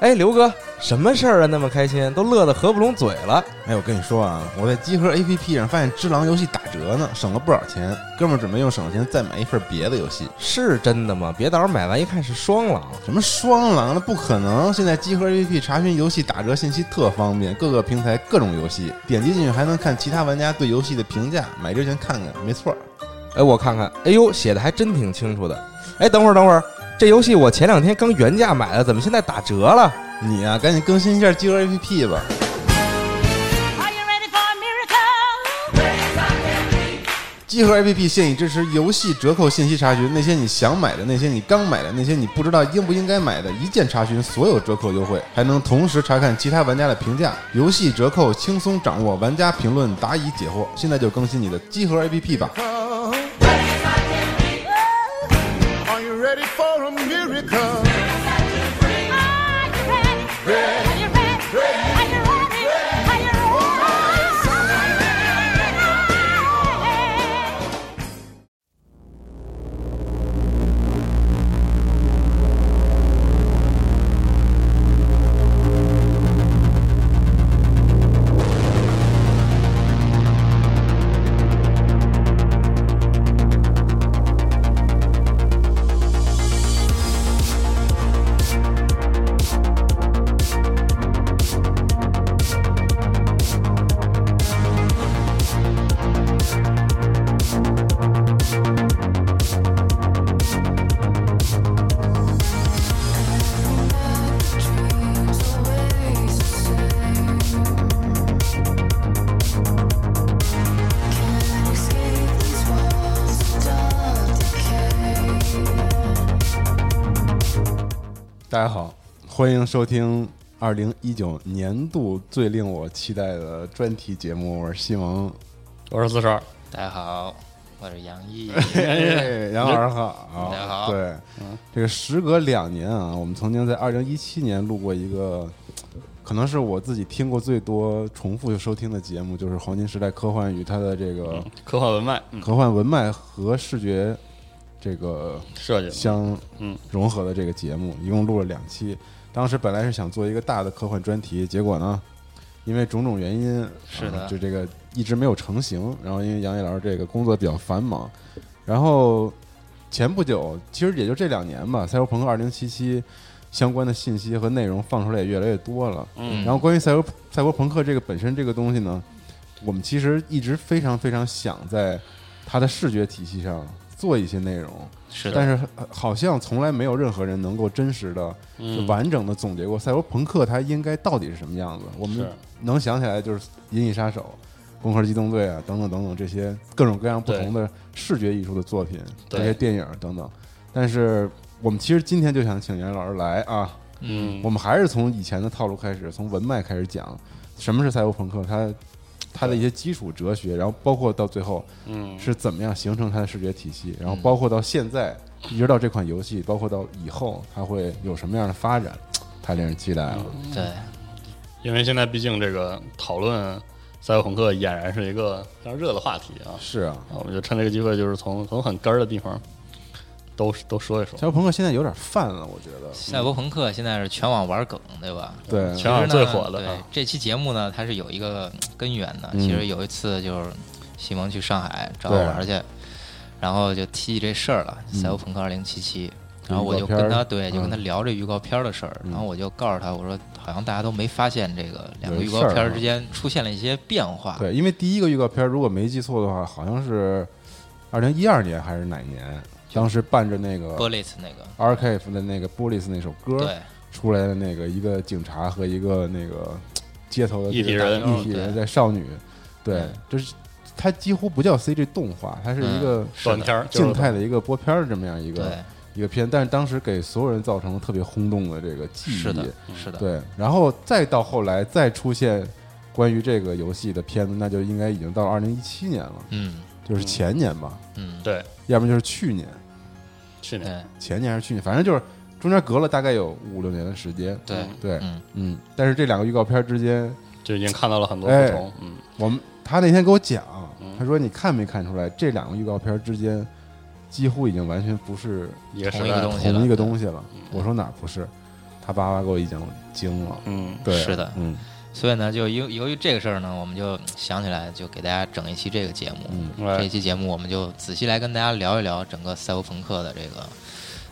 哎，刘哥，什么事儿啊？那么开心，都乐得合不拢嘴了。哎，我跟你说啊，我在集合 APP 上发现《只狼》游戏打折呢，省了不少钱。哥们儿准备用省的钱再买一份别的游戏。是真的吗？别到时候买完一看是双狼，什么双狼？那不可能！现在集合 APP 查询游戏打折信息特方便，各个平台各种游戏，点击进去还能看其他玩家对游戏的评价。买之前看看，没错儿。哎，我看看，哎呦，写的还真挺清楚的。哎，等会儿，等会儿，这游戏我前两天刚原价买的，怎么现在打折了？你呀、赶紧更新一下集合 APP 吧。 Are you ready for a miracle? 集合 APP 现已支持游戏折扣信息查询，那些你想买的，那些你刚买的，那些你不知道应不应该买的，一键查询所有折扣优惠，还能同时查看其他玩家的评价，游戏折扣轻松掌握，玩家评论答疑解惑。现在就更新你的集合 APP 吧。 Are you ready for a miracle? Are you ready? Are you ready? Are you ready? Are you ready? 大家好，欢迎收听二零一九年度最令我期待的专题节目，我是西蒙。我是四十二，大家好，我是杨毅。哎，杨老师好，大家好对，这个时隔两年啊，我们曾经在二零一七年录过一个，可能是我自己听过最多重复收听的节目，就是《黄金时代科幻与它的这个 科幻文脉，嗯，科幻文脉和视觉这个设计嘛，相嗯融合的这个节目，一共录了两期。当时本来是想做一个大的科幻专题，结果呢，因为种种原因，是啊的就这个一直没有成型。然后因为杨毅老师这个工作比较繁忙，然后前不久，其实也就这两年吧，《赛博朋克2077》相关的信息和内容放出来也越来越多了。嗯然后关于赛博赛博朋克这个本身这个东西呢，我们其实一直非常非常想在它的视觉体系上做一些内容，是但的，是呃好像从来没有任何人能够真实的、嗯就完整的总结过赛博朋克它应该到底是什么样子。我们是能想起来就是《银翼杀手》《攻壳机动队》啊，等等等等这些各种各样不对同的视觉艺术的作品，这对些电影等等。但是我们其实今天就想请袁老师来啊，嗯，我们还是从以前的套路开始，从文脉开始讲什么是赛博朋克，它它的一些基础哲学，然后包括到最后，嗯，是怎么样形成它的视觉体系，然后包括到现在，一直到这款游戏，包括到以后它会有什么样的发展，太令人期待了。嗯嗯对，因为现在毕竟这个讨论赛博朋克俨然是一个非常热的话题啊，是啊，啊我们就趁这个机会，就是从从很根儿的地方都都说一说赛。博朋克现在有点泛了，我觉得。赛博朋克现在是全网玩梗，对吧？对，全网其实最呢火的对啊，这期节目呢，它是有一个嗯根源的。嗯其实有一次就是西蒙去上海找我对嗯玩去，然后就提起这事儿了，《赛博朋克2077》。然后我就预告片儿跟他对，嗯就跟他聊这预告片儿的事儿，然后我就告诉他，我说好像大家都没发现这个两个有一预事告儿啊片儿之间出现了一些变化。对，因为第一个预告片，如果没记错的话，好像是二零一二年还是哪年，当时伴着那个 b u l l e t 那个， Archive 的那个 b o l i s 那首歌，对，出来的那个一个警察和一个那个街头的一体人嗯一体人在少女，对，嗯就是它几乎不叫 CG 动画，它是一个短片儿就是静态的一个播片儿的这么样一嗯对个，一个片，但是当时给所有人造成了特别轰动的这个记忆，是的，是的，对，然后再到后来再出现关于这个游戏的片子，那就应该已经到了二零一七年了，嗯就是前年吧，嗯，对，要么就是去年，去年对前年还是去年，反正就是中间隔了大概有五六年的时间，对，对，嗯嗯，但是这两个预告片之间，就已经看到了很多哎不同，嗯，我们他那天给我讲，嗯他说你看没看出来，这两个预告片之间几乎已经完全不是一个时同一个代东西同一了个对嗯东西了。我说哪儿不是？他他爸爸给我一讲，我惊了。嗯，对，是的嗯所以呢，就由由于这个事儿呢，我们就想起来，就给大家整一期这个节目。嗯，哎这一期节目，我们就仔细来跟大家聊一聊整个赛博朋克的这个，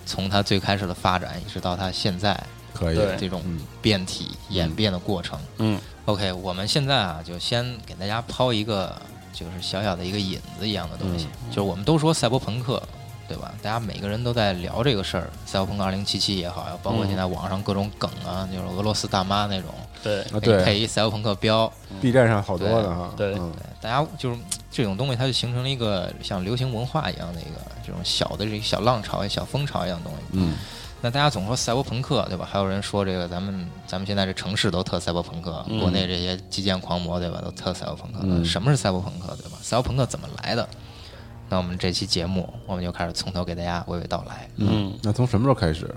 从它最开始的发展，一直到它现在可以，对这种嗯变体演变的过程。嗯 OK，我们现在啊，就先给大家抛一个就是小小的一个引子一样的东西，嗯就是我们都说赛博朋克，对吧？大家每个人都在聊这个事儿，赛博朋克二零七七也好呀，包括现在网上各种梗啊，就是俄罗斯大妈那种，对，嗯啊，给你配对一赛博朋克标， ，B 站上好多呢哈，对对嗯对，大家就是这种东西，它就形成了一个像流行文化一样的一个这种小的这个小浪潮、小风潮一样的东西。嗯，那大家总说赛博朋克，对吧？还有人说这个咱们咱们现在这城市都特赛博朋克，嗯国内这些基建狂魔，对吧？都特赛博朋克。嗯什么是赛博朋克，对吧？赛博朋克怎么来的？那我们这期节目，我们就开始从头给大家娓娓道来。嗯那从什么时候开始？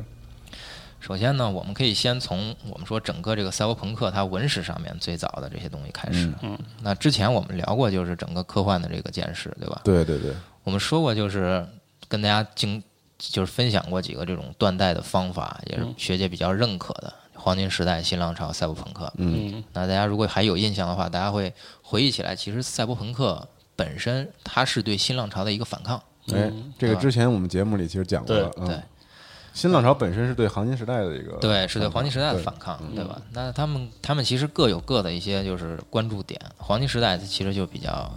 首先呢，我们可以先从我们说整个这个赛博朋克它文史上面最早的这些东西开始。嗯，那之前我们聊过，就是整个科幻的这个见识，对吧？对对对，我们说过，就是跟大家经就是分享过几个这种断代的方法，也是学界比较认可的黄金时代、新浪潮、赛博朋克。嗯那大家如果还有印象的话，大家会回忆起来，其实赛博朋克本身它是对新浪潮的一个反抗。哎，这个之前我们节目里其实讲过了，对嗯嗯对，新浪潮本身是对黄金时代的一个，对，是对嗯黄金时代的呃反抗，对吧？那他们他们其实各有各的一些就是关注点。黄金时代其实就比较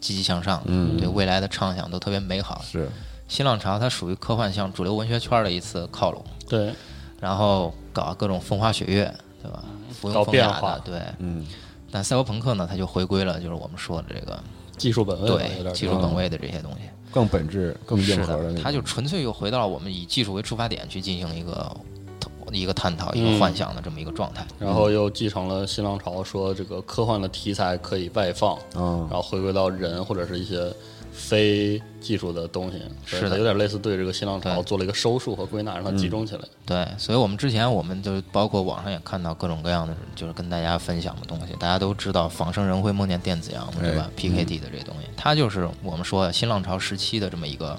积极向上，嗯对未来的畅想都特别美好。是，新浪潮它属于科幻向主流文学圈的一次靠拢，对，然后搞各种风花雪月，对吧？浮搞云风变雅化的，对。嗯，但赛博朋克呢，它就回归了，就是我们说的这个技术本位吧有对点技术本位的这些东西。更本质、更是硬核的那，它种就纯粹又回到了我们以技术为出发点去进行一个一个探讨、一嗯个幻想的这么一个状态。然后又继承了新浪潮，说这个科幻的题材可以外放，啊然，后回归到人或者是一些非技术的东西，所以是的它有点类似对这个新浪潮对做了一个收束和归纳，让它集中起来。对，所以我们之前我们就包括网上也看到各种各样的，就是跟大家分享的东西。大家都知道仿生人会梦见电子羊嘛，对吧？PKD 哎嗯的这东西，它就是我们说的新浪潮时期的这么一个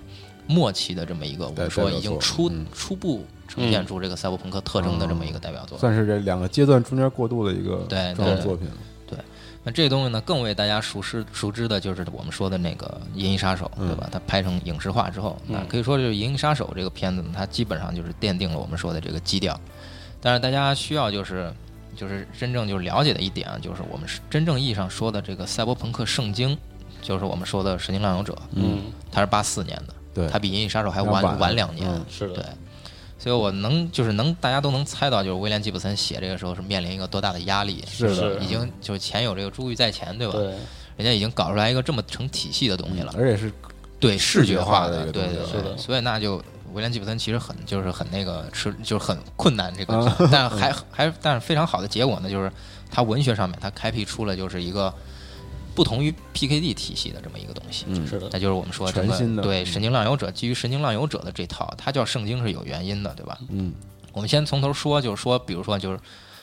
末期的这么一个，我代们说已代表经作初嗯初步呈现出这个赛博朋克特征的这么一个代表作。算是这两个阶段中间过渡的一个对重要对作品，那这东西呢，更为大家熟知熟知的就是我们说的那个《银翼杀手》，嗯对吧？它拍成影视化之后，那可以说就是《银翼杀手》这个片子呢，它基本上就是奠定了我们说的这个基调。但是大家需要就是就是真正就了解的一点啊，就是我们是真正意义上说的这个赛博朋克圣经，就是我们说的《神经浪游者》，嗯，它是八四年的，对它比《银翼杀手》还要晚晚两年，嗯是对的，。所以我能就是能大家都能猜到，就是威廉吉普森写这个时候是面临一个多大的压力，是的嗯是已经就是前有这个珠玉在前，对吧？对，人家已经搞出来一个这么成体系的东西了，而且是对视嗯觉觉化化的一个对东对西嗯是的所以那就威廉吉普森其实很就是很那个吃就是很困难这个啊，但还还但是非常好的结果呢，就是他文学上面他开辟出了就是一个不同于 PKD 体系的这么一个东西，嗯是的，那就是我们说这全新的个对神经浪游者基于神经浪游者的这套，它叫圣经是有原因的，对吧？嗯，我们先从头说，就是说，比如说就是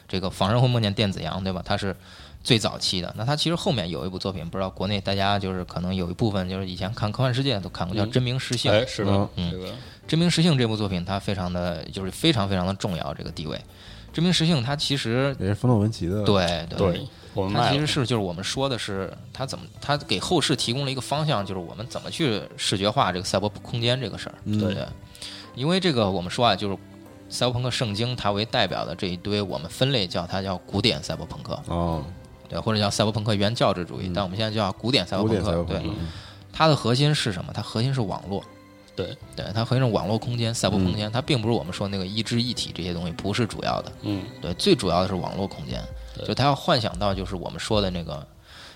这个仿生会梦见电子羊，对吧？它是最早期的。那它其实后面有一部作品，不知道国内大家就是可能有一部分就是以前看科幻世界都看过，叫《嗯真名实姓》。哎，是的，嗯这个真名实姓》这部作品，它非常的就是非常非常的重要这个地位。真名实姓》它其实也是冯诺文奇的，对对对我们它卖其实了，是就是我们说的是它怎么它给后世提供了一个方向，就是我们怎么去视觉化这个赛博空间这个事儿，嗯对不对？因为这个我们说啊，就是赛博朋克圣经它为代表的这一堆，我们分类叫它叫古典赛博朋克，哦，对，或者叫赛博朋克原教旨主义，但我们现在叫古典赛嗯博古朋典赛嗯博，克朋对克，，它的核心是什么？它核心是网络，对，对，它核心是网络空间、赛博嗯空间，它并不是我们说那个一知一体这些东西，不是主要的。嗯，对，最主要的是网络空间，对就他要幻想到就是我们说的那个，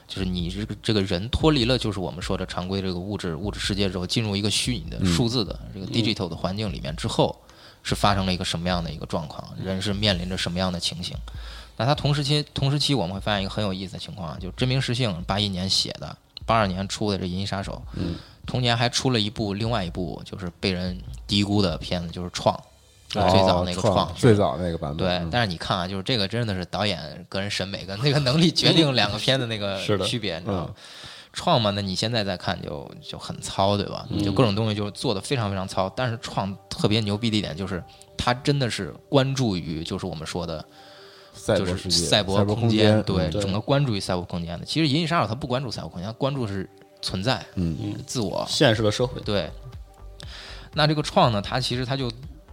就是你这个这个人脱离了就是我们说的常规这个物质物质世界之后，进入一个虚拟的数字的这个 digital 的环境里面之后，是发生了一个什么样的一个状况，人是面临着什么样的情形。那他同时期同时期我们会发现一个很有意思的情况啊，就真名实姓八一年写的，八二年出的这《银翼杀手》，同年还出了一部另外一部就是被人低估的片子，就是《创》，哦最早那个《创创》，最早那个版对本，，嗯但是你看啊，就是这个真的是导演个人审美跟那个能力决定两个片的那个是的区别，你知道吗？创嘛，那你现在再看就就很糙，对吧？就各种东西就做的非常非常糙。但是创特别牛逼的一点就是，它真的是关注于就是我们说的，赛就博是世界、赛博博空空间，对，嗯对整个关注于赛博空间的。其实《银翼杀手》它不关注赛博空间，它关注是存在、嗯，自我，现实的社会，对。那这个创呢，它其实它就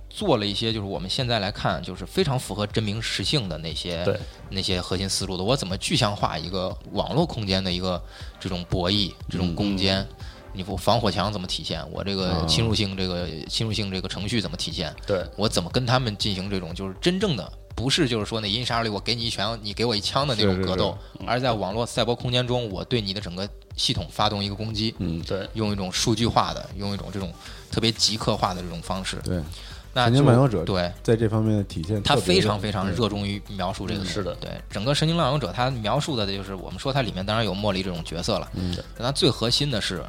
做了一些，就是我们现在来看，就是非常符合真名实姓的那些对那些核心思路的。我怎么具象化一个网络空间的一个这种博弈、这种嗯攻坚？你我防火墙怎么体现？我这啊个侵入性这个侵入性这个程序怎么体现？对，我怎么跟他们进行这种就是真正的，不是就是说那银翼杀手里我给你一拳，你给我一枪的那种是是格斗，而在网络赛博空间中，我对你的整个系统发动一个攻击，嗯，对，用一种数据化的，用一种这种特别极客化的这种方式。对，那神就经漫游者对。在这方面的体现特别他的，非常非常对热衷于描述这嗯个东西是的对整个《神经浪游者》，他描述的就是我们说它里面当然有莫莉这种角色了，嗯，但它最核心的是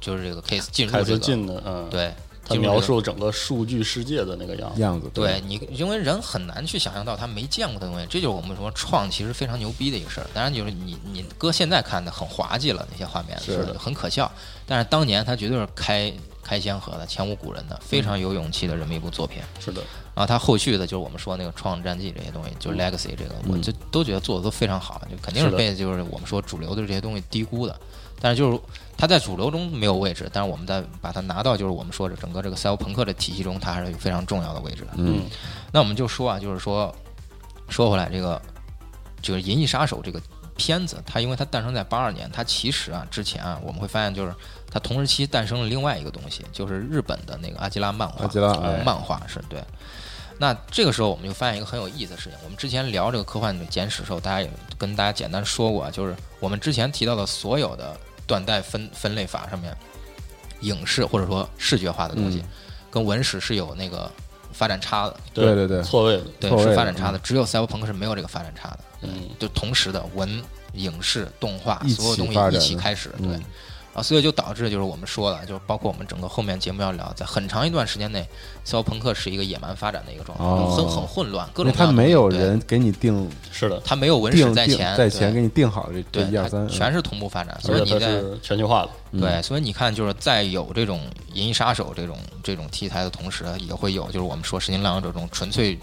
就是这个 case 进入凯这斯个，进的，嗯，，对，他进入这个描述整个数据世界的那个样子，样子，嗯对你，因为人很难去想象到他没见过的东西，这就是我们说创其实非常牛逼的一个事儿。当然，就是你你搁现在看的很滑稽了，那些画面是的很可笑，但是当年他绝对是开开先河的，前无古人的，非嗯常有勇气的这么一部作品。是的，然后他后续的就是我们说那个《创战记》这些东西，就是 Legacy 这个，我就都觉得做的都非常好，就肯定是嗯是的被就是我们说主流的这些东西低估的。但是就是他在主流中没有位置，但是我们在把它拿到就是我们说的整个这个赛博朋克的体系中，它还是有非常重要的位置的。嗯，那我们就说啊，就是说，说回来，这个就是《银翼杀手》这个片子，它因为它诞生在八二年，它其实啊之前啊，我们会发现就是它同时期诞生了另外一个东西，就是日本的那个阿基拉漫阿画。基拉哎漫画是对。那这个时候我们就发现一个很有意思的事情，我们之前聊这个科幻的简史的时候，大家也跟大家简单说过啊，就是我们之前提到的所有的断代分分类法上面，影视或者说视觉化的东西，嗯跟文史是有那个发展差的。对对对错位的，对，错位嗯是的发展差的，只有赛博朋克是没有这个发展差的，嗯，就同时的文、影视、动画一起所有东发展西的一起开始，对嗯，啊，所以就导致就是我们说了，就是包括我们整个后面节目要聊，在很长一段时间内，赛博朋克是一个野蛮发展的一个状态，哦很很混乱，各因种为各样他的没有东西，对人给你定是的，他没有文史定在定前，在对前给你定好这这对，一二它三，全嗯是同步发展，所而以且它你在。是全球化的，对，所以你看，就是在有这种《银翼杀手》这种这种题材的同时，也会有就是我们说《神经浪游者》这种纯粹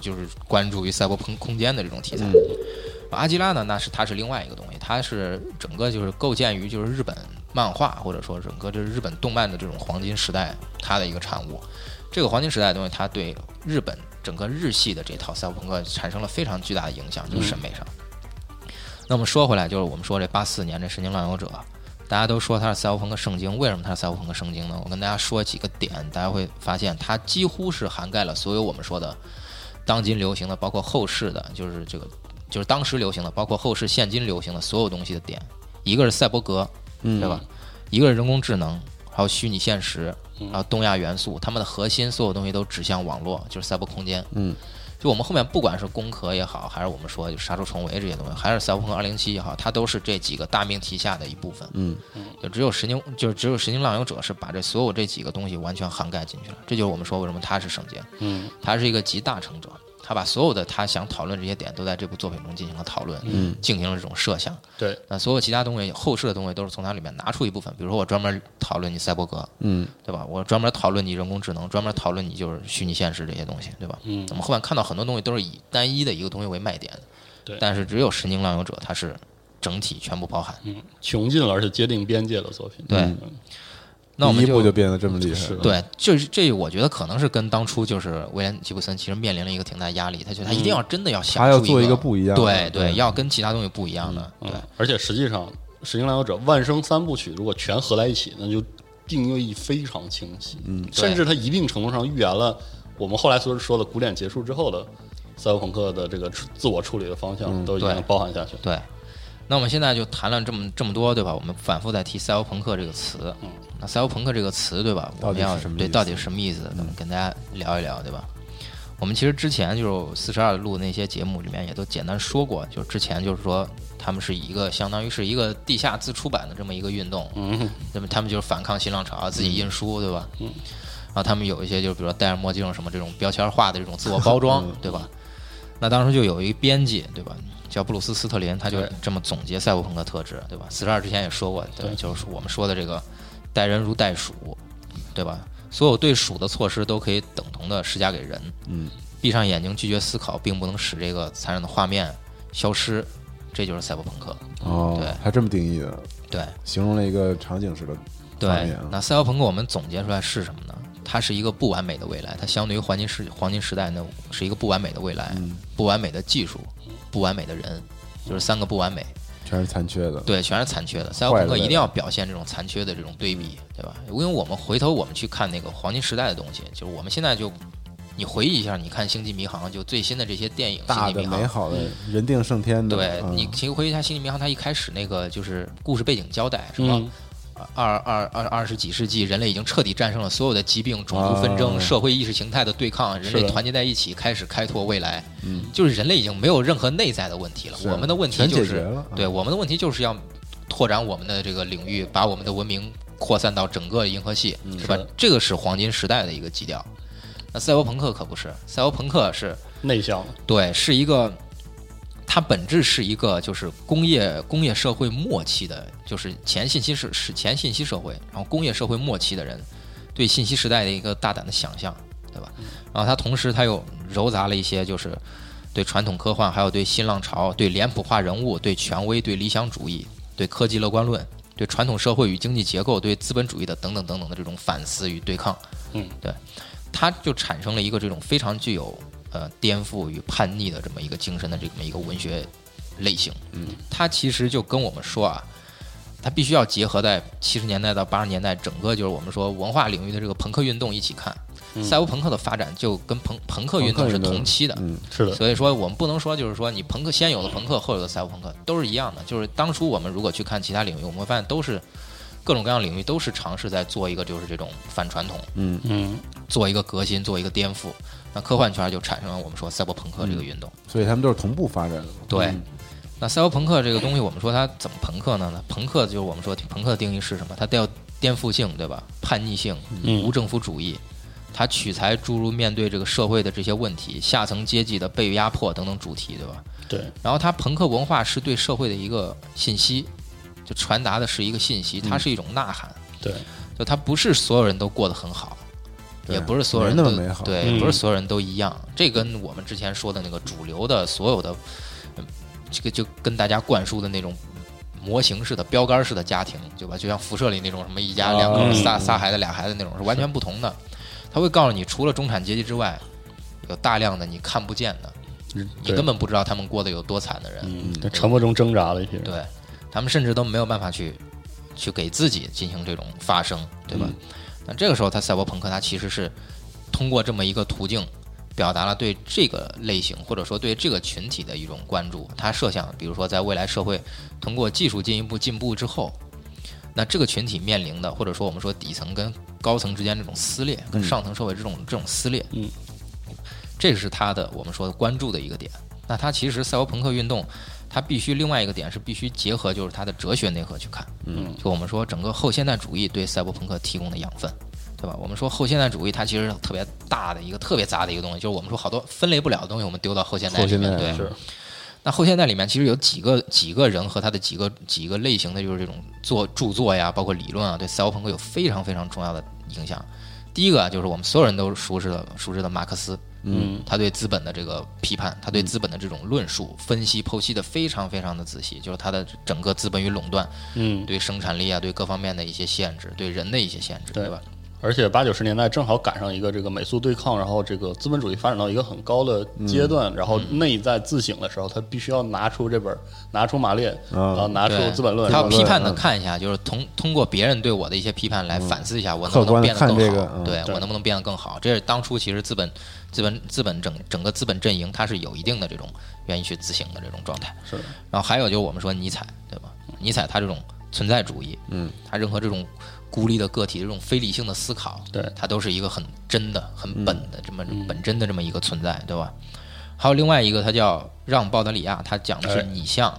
就是关注于赛博朋克空间的这种题材。阿基拉呢，那是它是另外一个东西，它是整个就是构建于就是日本漫画或者说整个就是日本动漫的这种黄金时代它的一个产物。这个黄金时代的东西，它对日本整个日系的这套赛博朋克产生了非常巨大的影响，就是审美上。那么说回来，就是我们说这八四年这《神经浪游者》，大家都说它是赛博朋克圣经，为什么它是赛博朋克圣经呢？我跟大家说几个点，大家会发现它几乎是涵盖了所有我们说的当今流行的，包括后世的，就是这个就是当时流行的，包括后世现今流行的所有东西的点。一个是赛博格，嗯对吧？一个是人工智能，还有虚拟现实，还有东亚元素，它们的核心所有东西都指向网络，就是赛博空间。嗯，就我们后面不管是攻壳也好，还是我们说就杀出重围这些东西，还是赛博朋克二零七也好，它都是这几个大命题下的一部分。嗯，就只有神经，就只有神经浪游者是把这所有这几个东西完全涵盖进去了。这就是我们说为什么它是圣经。嗯，他是一个集大成者，他把所有的他想讨论这些点都在这部作品中进行了讨论，嗯，进行了这种设想。对，那所有其他东西，后世的东西都是从它里面拿出一部分，比如说我专门讨论你赛博格，嗯，对吧？我专门讨论你人工智能，专门讨论你就是虚拟现实这些东西，对吧？嗯，我们后面看到很多东西都是以单一的一个东西为卖点的，对但是只有神经浪游者，它是整体全部包含。嗯，穷尽了而且界定边界的作品，对嗯，那我第们一步就变得这么厉害是了，对，就是这，我觉得可能是跟当初就是威廉吉布森其实面临了一个挺大压力，他觉得他一定要真的要想嗯他要出做一一个不一样的对对要跟其他东西不一样的，对嗯，而且实际上，《石英来游者》万生三部曲如果全合在一起，那就定义非常清晰，嗯，甚至它一定程度上预言了我们后来所说的古典结束之后的赛博朋克的这个处自我处理的方向都已对经包含下去了。对。那我们现在就谈了这么这么多，对吧？我们反复在提赛博朋克这个词，那赛博朋克这个词，对吧？嗯到我们底是要什么对意思嗯到底是什么意思？咱们跟大家聊一聊，对吧？我们其实之前就是四十二录那些节目里面也都简单说过，就是之前就是说他们是一个相当于是一个地下自出版的这么一个运动，嗯，那么他们就是反抗新浪潮，自己印书，对吧？嗯。然后他们有一些就是比如说戴着墨镜什么这种标签化的这种自我包装， 对吧？那当时就有一个编辑，对吧？叫布鲁斯·斯特林，他就对这么总结赛博朋克特质，对吧？四十二之前也说过，对吧，就是我们说的这个待人如待鼠，对吧？所有对数的措施都可以等同的施加给人。嗯，闭上眼睛拒绝思考，并不能使这个残忍的画面消失，这就是赛博朋克。哦对，还这么定义的，对形容了一个场景式的画对面，啊，那赛博朋克我们总结出来是什么呢？它是一个不完美的未来，它相对于黄金时黄金时代呢，是一个不完美的未来，嗯不完美的技术，不完美的人，就是三个不完美。全是残缺的，对，全是残缺的。赛博嗯坏朋的克未一定来要表现这种残缺的这种对比，对吧？因为我们回头我们去看那个黄金时代的东西，就是我们现在就你回忆一下，你看《星际迷航》就最新的这些电影，《大星的际迷航美》好的人定胜天的，嗯对嗯你，请回忆一下《星际迷航》，它一开始那个就是故事背景交代是吧？嗯二二二二十几世纪，人类已经彻底战胜了所有的疾病、种族纷争、啊社会意识形态的对抗，人是类的团结在一起，开始开拓未来。嗯，就是人类已经没有任何内在的问题了，是啊我们的问题全就解决是了啊对我们的问题就是要拓展我们的这个领域，把我们的文明扩散到整个银河系，嗯是吧是的？这个是黄金时代的一个基调。那赛博朋克可不是，赛博朋克是内向的，对，是一个，它本质是一个就是工业工业社会末期的，就是前信息是是前信息社会，然后工业社会末期的人对信息时代的一个大胆的想象，对吧？然后它同时它又糅杂了一些就是对传统科幻，还有对新浪潮、对脸谱化人物、对权威、对理想主义、对科技乐观论。对传统社会与经济结构、对资本主义的等等等等的这种反思与对抗，嗯，对，它就产生了一个这种非常具有呃颠覆与叛逆的这么一个精神的这么一个文学类型。嗯，它其实就跟我们说啊，它必须要结合在七十年代到八十年代整个就是我们说文化领域的这个朋克运动一起看。赛博朋克的发展就跟朋嗯朋克运动是同期的，嗯，是的，所以说我们不能说就是说你朋克先有的朋克后有的赛博朋克都是一样的，就是当初我们如果去看其他领域，我们会发现都是各种各样领域都是尝试在做一个就是这种反传统，嗯，做一个革新，做一个颠覆。那科幻圈就产生了我们说赛博朋克这个运动。所以他们都是同步发展的，对，嗯那赛博朋克这个东西，我们说它怎么朋克呢？那朋克就是我们说朋克的定义是什么？它带有颠覆性，对吧？叛逆性，嗯无政府主义。它取材诸如面对这个社会的这些问题、下层阶级的被压迫等等主题，对吧？对，然后它朋克文化是对社会的一个信息，就传达的是一个信息，嗯它是一种呐喊。对，就它不是所有人都过得很好，对也不是所有人没都那么美好对，嗯也不是所有人都一样。这跟我们之前说的那个主流的所有的，嗯这个就跟大家灌输的那种。模型式的、标杆式的家庭，对吧？就像辐射里那种什么一啊家两口、嗯仨仨孩子、俩孩子那种，是完全不同的。他会告诉你，除了中产阶级之外，有大量的你看不见的，你对根本不知道他们过得有多惨的人。嗯，在沉默中挣扎的一些人，对，他们甚至都没有办法去去给自己进行这种发声，对吧？那这个时候，他赛博朋克他其实是通过这么一个途径，表达了对这个类型或者说对这个群体的一种关注。他设想，比如说在未来社会通过技术进一步进步之后。那这个群体面临的，或者说我们说底层跟高层之间这种撕裂，跟上层社会这种这种撕裂，嗯，这是他的我们说关注的一个点。那他其实赛博朋克运动它必须另外一个点是必须结合就是它的哲学内核去看。嗯，就我们说整个后现代主义对赛博朋克提供的养分，对吧？我们说后现代主义它其实是特别大的一个特别杂的一个东西，就是我们说好多分类不了的东西，我们丢到后现代后里现代面。对，是那后现代里面其实有几个几个人和他的几个几个类型的就是这种作著作呀，包括理论啊，对赛博朋克有非常非常重要的影响。第一个啊，就是我们所有人都熟知的熟知的马克思，嗯，他对资本的这个批判，他对资本的这种论述、分析、剖析的非常非常的仔细，就是他的整个资本与垄断嗯，对生产力啊，对各方面的一些限制，对人的一些限制，对对吧？而且八九十年代正好赶上一个这个美苏对抗，然后这个资本主义发展到一个很高的嗯阶段，然后内在自省的时候，他必须要拿出这本，拿出马列，嗯然后拿出对《资本论》，他然要后批判的嗯看一下，就是通通过别人对我的一些批判来反思一下，我能客不能观地变得更好？看这个嗯对对我能不能变得更好？这是当初其实资本、资本、资本整整个资本阵营，它是有一定的这种愿意去自省的这种状态。是的然后还有就是我们说尼采，对吧？尼采他这种存在主义，嗯，他任何这种孤立的个体这种非理性的思考，对他都是一个很真的、很本的、这么本真的这么一个存在，对吧？还有另外一个，他叫让·鲍德里亚，他讲的是哎拟像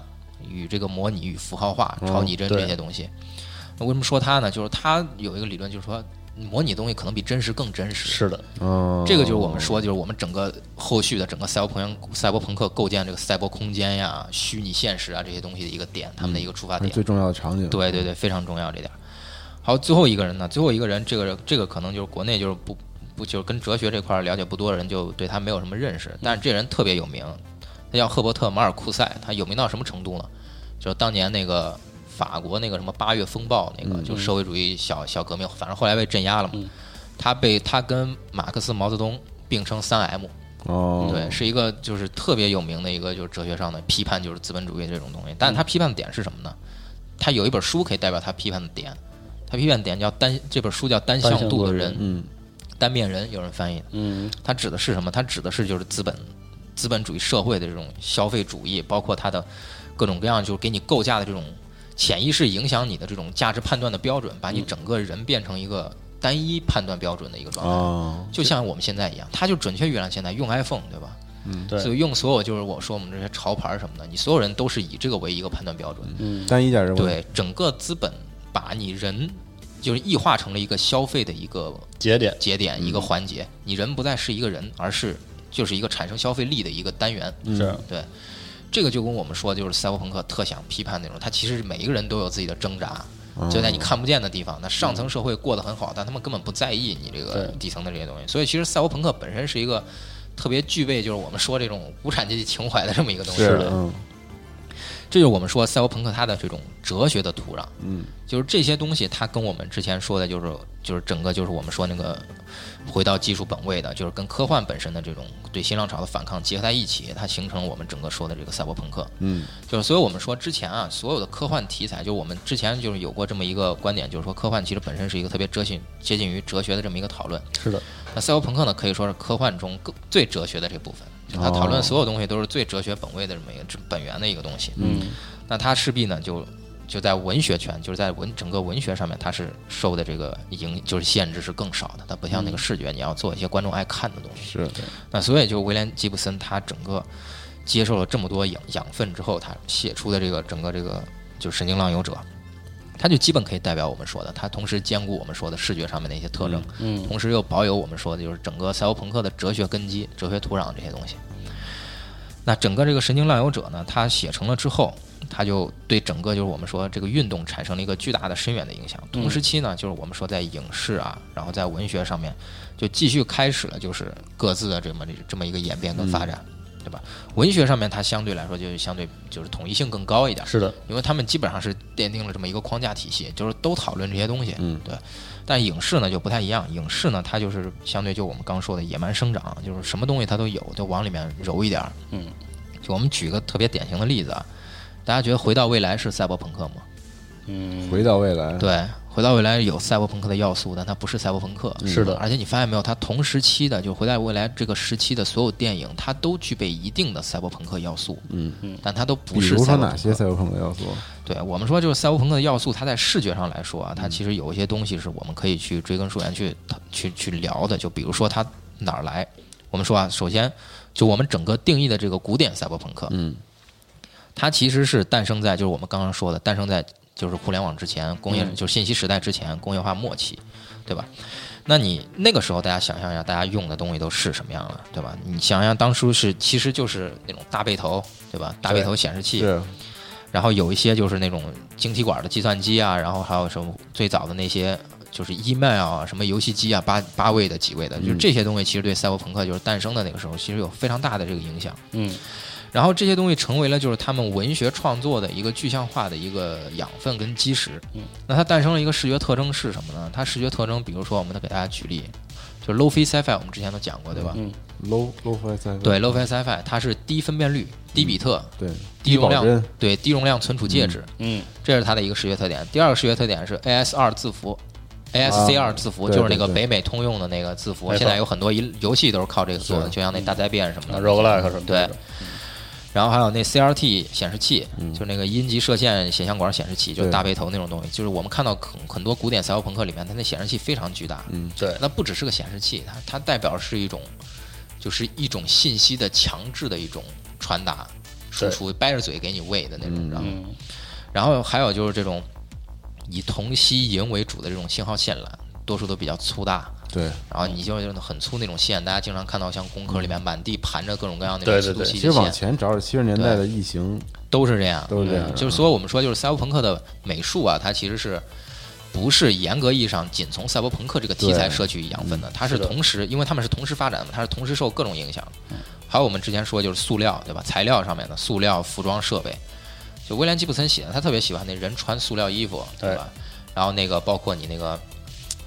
与这个模拟与符号化、超拟真哦对这些东西。那为什么说他呢？就是他有一个理论，就是说模拟东西可能比真实更真实。是哦的，嗯，这个就是我们说，就是我们整个后续的整个赛博朋赛博朋克构建这个赛博空间呀、嗯虚拟现实啊这些东西的一个点，他们的一个出发是点。最重要的场景，对对对，非常重要这点儿。好，最后一个人呢？最后一个人，这个这个可能就是国内就是不不就是跟哲学这块儿了解不多的人，就对他没有什么认识。但是这人特别有名，他叫赫伯特·马尔库塞，他有名到什么程度呢？就是当年那个法国那个什么八月风暴那个，就社会主义小小革命，反正后来被镇压了嘛。他被他跟马克思、毛泽东并称三 M，哦，对，是一个就是特别有名的一个就是哲学上的批判，就是资本主义这种东西。但是他批判的点是什么呢？他有一本书可以代表他批判的点，他批判的点叫单，这本书叫《单单向向度度的的人》，嗯单面人有人翻译的。嗯它指的是什么？它指的是就是资本资本主义社会的这种消费主义，包括它的各种各样就是给你构架的这种潜意识影响你的这种价值判断的标准，把你整个人变成一个单一判断标准的一个状态。哦，就像我们现在一样，它就准确预览现在用 iPhone，对吧？嗯，对所以用所有就是我说我们这些潮牌什么的，你所有人都是以这个为一个判断标准。嗯，单一价值观，对，整个资本把你人就是异化成了一个消费的一个节点，节点嗯一个环节，你人不再是一个人，而是就是一个产生消费力的一个单元。是对，这个就跟我们说，就是赛博朋克特想批判那种，他其实每一个人都有自己的挣扎，哦就在你看不见的地方。那上层社会过得很好，但他们根本不在意你这个对底层的这些东西。所以其实赛博朋克本身是一个特别具备就是我们说这种无产阶级情怀的这么一个东西。是的嗯这就是我们说赛博朋克它的这种哲学的土壤。嗯，就是这些东西，它跟我们之前说的，就是就是整个就是我们说那个回到技术本位的，就是跟科幻本身的这种对新浪潮的反抗结合在一起，它形成了我们整个说的这个赛博朋克。嗯，就是所以我们说之前啊，所有的科幻题材，就我们之前就是有过这么一个观点，就是说科幻其实本身是一个特别哲学接近于哲学的这么一个讨论。是的，那赛博朋克呢，可以说是科幻中更最哲学的这部分，就它讨论所有东西都是最哲学本位的这么一个这本源的一个东西。嗯，那它势必呢就就在文学圈，就是在文整个文学上面，它是受的这个影就是限制是更少的，它不像那个视觉，你要做一些观众爱看的东嗯西。是那所以就威廉吉布森他整个接受了这么多养养分之后，他写出的这个整个这个就是《神经浪游者》，他就基本可以代表我们说的，他同时兼顾我们说的视觉上面的一些特征，嗯同时又保有我们说的就是整个赛博朋克的哲学根基、哲学土壤这些东西。那整个这个《神经浪游者》呢，他写成了之后，他就对整个就是我们说这个运动产生了一个巨大的深远的影响。同时期呢，就是我们说在影视啊，然后在文学上面，就继续开始了就是各自的这么这么一个演变跟发展，对吧？文学上面它相对来说就是相对就是统一性更高一点，是的，因为他们基本上是奠定了这么一个框架体系，就是都讨论这些东西。嗯，对。但影视呢就不太一样，影视呢它就是相对就我们刚说的野蛮生长，就是什么东西它都有，就往里面揉一点儿。嗯，就我们举个特别典型的例子啊，大家觉得《回到未来》是赛博朋克吗？嗯，回到未来，对，《回到未来》有赛博朋克的要素，但它不是赛博朋嗯克。是的而且你发现没有，它同时期的就《回到未来》这个时期的所有电影，它都具备一定的赛博朋克要素。嗯嗯，但它都不比是如赛说博哪朋些克赛博朋克要素？对我们说，就是赛博朋克的要素，它在视觉上来说啊，它其实有一些东西是我们可以去追根溯源去去去聊的。就比如说它哪儿来，我们说啊，首先就我们整个定义的这个古典赛博朋克，嗯，它其实是诞生在就是我们刚刚说的，诞生在就是互联网之前，工业、就是信息时代之前，工业化末期，对吧？那你那个时候，大家想象一下，大家用的东西都是什么样了，对吧？你想象当初是，其实就是那种大背头，对吧？大背头显示器，是然后有一些就是那种晶体管的计算机啊，然后还有什么最早的那些就是 email 啊，什么游戏机啊，八八位的、几位的，就是这些东西其实对赛博朋克就是诞生的那个时候，其实有非常大的这个影响。嗯，然后这些东西成为了就是他们文学创作的一个具象化的一个养分跟基石。嗯，那它诞生了一个视觉特征是什么呢？它视觉特征，比如说我们给大家举例，就是 lofi sci-fi，我们之前都讲过，对吧？嗯 low low fi 赛博，对，lofi sci-fi 它是低分辨率、低比特、对，低嗯容保真量，对低容量存储介质。嗯，这是它的一个视觉特点。第二个视觉特点是 AS2 字啊符，ASC2 字符、对就是那个对对北美通用的那个字符，没错现在有很多一游戏都是靠这个做的，就像那大灾变什么的。 roguelike 什么对的，，然后还有那 CRT 显示器，嗯就那个阴极射线显像管显示器，就是对大背头那种东西。就是我们看到很很多古典赛博朋克里面，它那显示器非常巨大，嗯对那不只是个显示器，它它代表是一种，就是一种信息的强制的一种传达输对出，掰着嘴给你喂的那种，然后嗯，然后还有就是这种以同息银为主的这种信号线缆，多数都比较粗大。对，然后你就是很粗那种线，大家经常看到像工科里面满地盘着各种各样的对那对种粗对细其的实往线，前找找七十年代的异形，都是这样，都是这样嗯的就是所以我们说，就是赛博朋克的美术啊，它其实是不是严格意义上仅从赛博朋克这个题材对摄取养分的，它是是的同时，因为他们是同时发展的嘛，它是同时受各种影响的。还有我们之前说就是塑料，对吧？材料上面的塑料、服装、设备，就威廉吉布森写的，他特别喜欢那人穿塑料衣服，对吧？然后那个包括你那个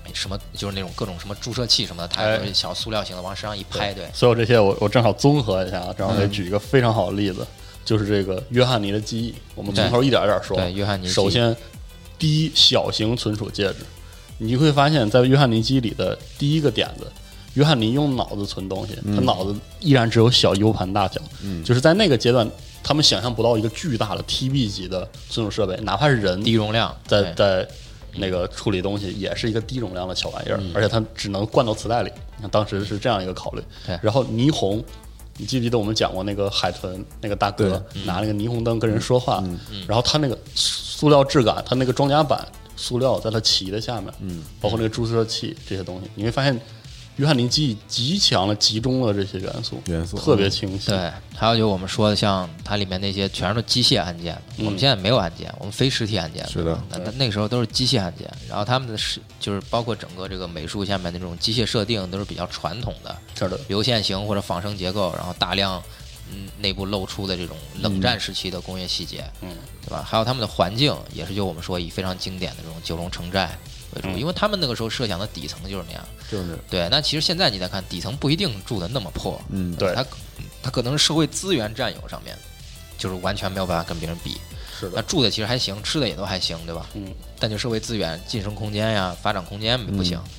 哎什么，就是那种各种什么注射器什么的，它哎有小塑料型的往身上一拍，对，所有这些我我正好综合一下，正好嗯也举一个非常好的例子，就是这个约翰尼的记忆。我们从头一点一点说。对约翰尼基首先，第一小型存储介质，你会发现在约翰尼基里的第一个点子，约翰尼用脑子存东西，他脑子依然只有小 U 盘大小，就是在那个阶段，他们想象不到一个巨大的 TB 级的存储设备，哪怕是人低容量，在对在那个处理东西也是一个低容量的小玩意儿，而且它只能灌到磁带里。当时是这样一个考虑对。然后霓虹，你记不记得我们讲过那个海豚那个大哥拿那个霓虹灯跟人说话，嗯然后他那个塑料质感，他那个装甲板塑料在它鳍的下面，包括那个注射器这些东西，你会发现。约翰尼记忆极强的集中了这些元素，元素特别清晰。对，还有就是我们说的，像它里面那些全是机械按键，我们现在没有按键，我们非实体按键。是的那那那个时候都是机械按键，然后他们的是就是包括整个这个美术下面那种机械设定都是比较传统的是的，流线型或者仿生结构，然后大量嗯内部露出的这种冷战时期的工业细节，嗯，对吧？还有他们的环境也是就我们说以非常经典的这种九龙城寨为主，嗯因为他们那个时候设想的底层就是那样。就是对，那其实现在你再看，底层不一定住的那么破，嗯对它它可能是社会资源占有上面，就是完全没有办法跟别人比。是的，那住的其实还行，吃的也都还行，对吧？嗯，但就社会资源、晋升空间呀、发展空间不行。嗯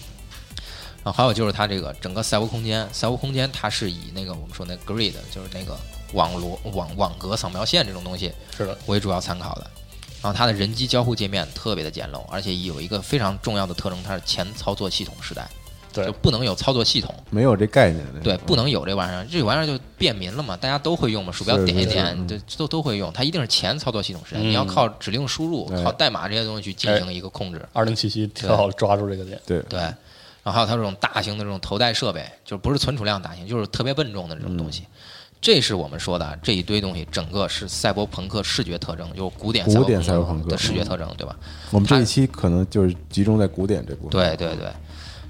然后还有就是它这个整个赛博空间，赛博空间它是以那个我们说那 grid，就是那个网罗网网格扫描线这种东西是的，为主要参考的。然后它的人机交互界面特别的简陋，而且有一个非常重要的特征，它是前操作系统时代，对就不能有操作系统，没有这概念。嗯这对，个不能有这玩意儿，这玩意儿就便民了嘛，大家都会用嘛，鼠标是点一是是点，嗯对，都都会用，它一定是前操作系统时代，嗯你要靠指令输入、哎靠代码这些东西去进行一个控制，二零七七挺好抓住这个点。对对。然后还有它这种大型的这种头戴设备，就是不是存储量大型，就是特别笨重的这种东西。嗯这是我们说的这一堆东西，整个是赛博朋克视觉特征，就是古典古典赛博赛博朋克嗯的视觉特征，对吧？我们这它一期可能就是集中在古典这部分。对对对，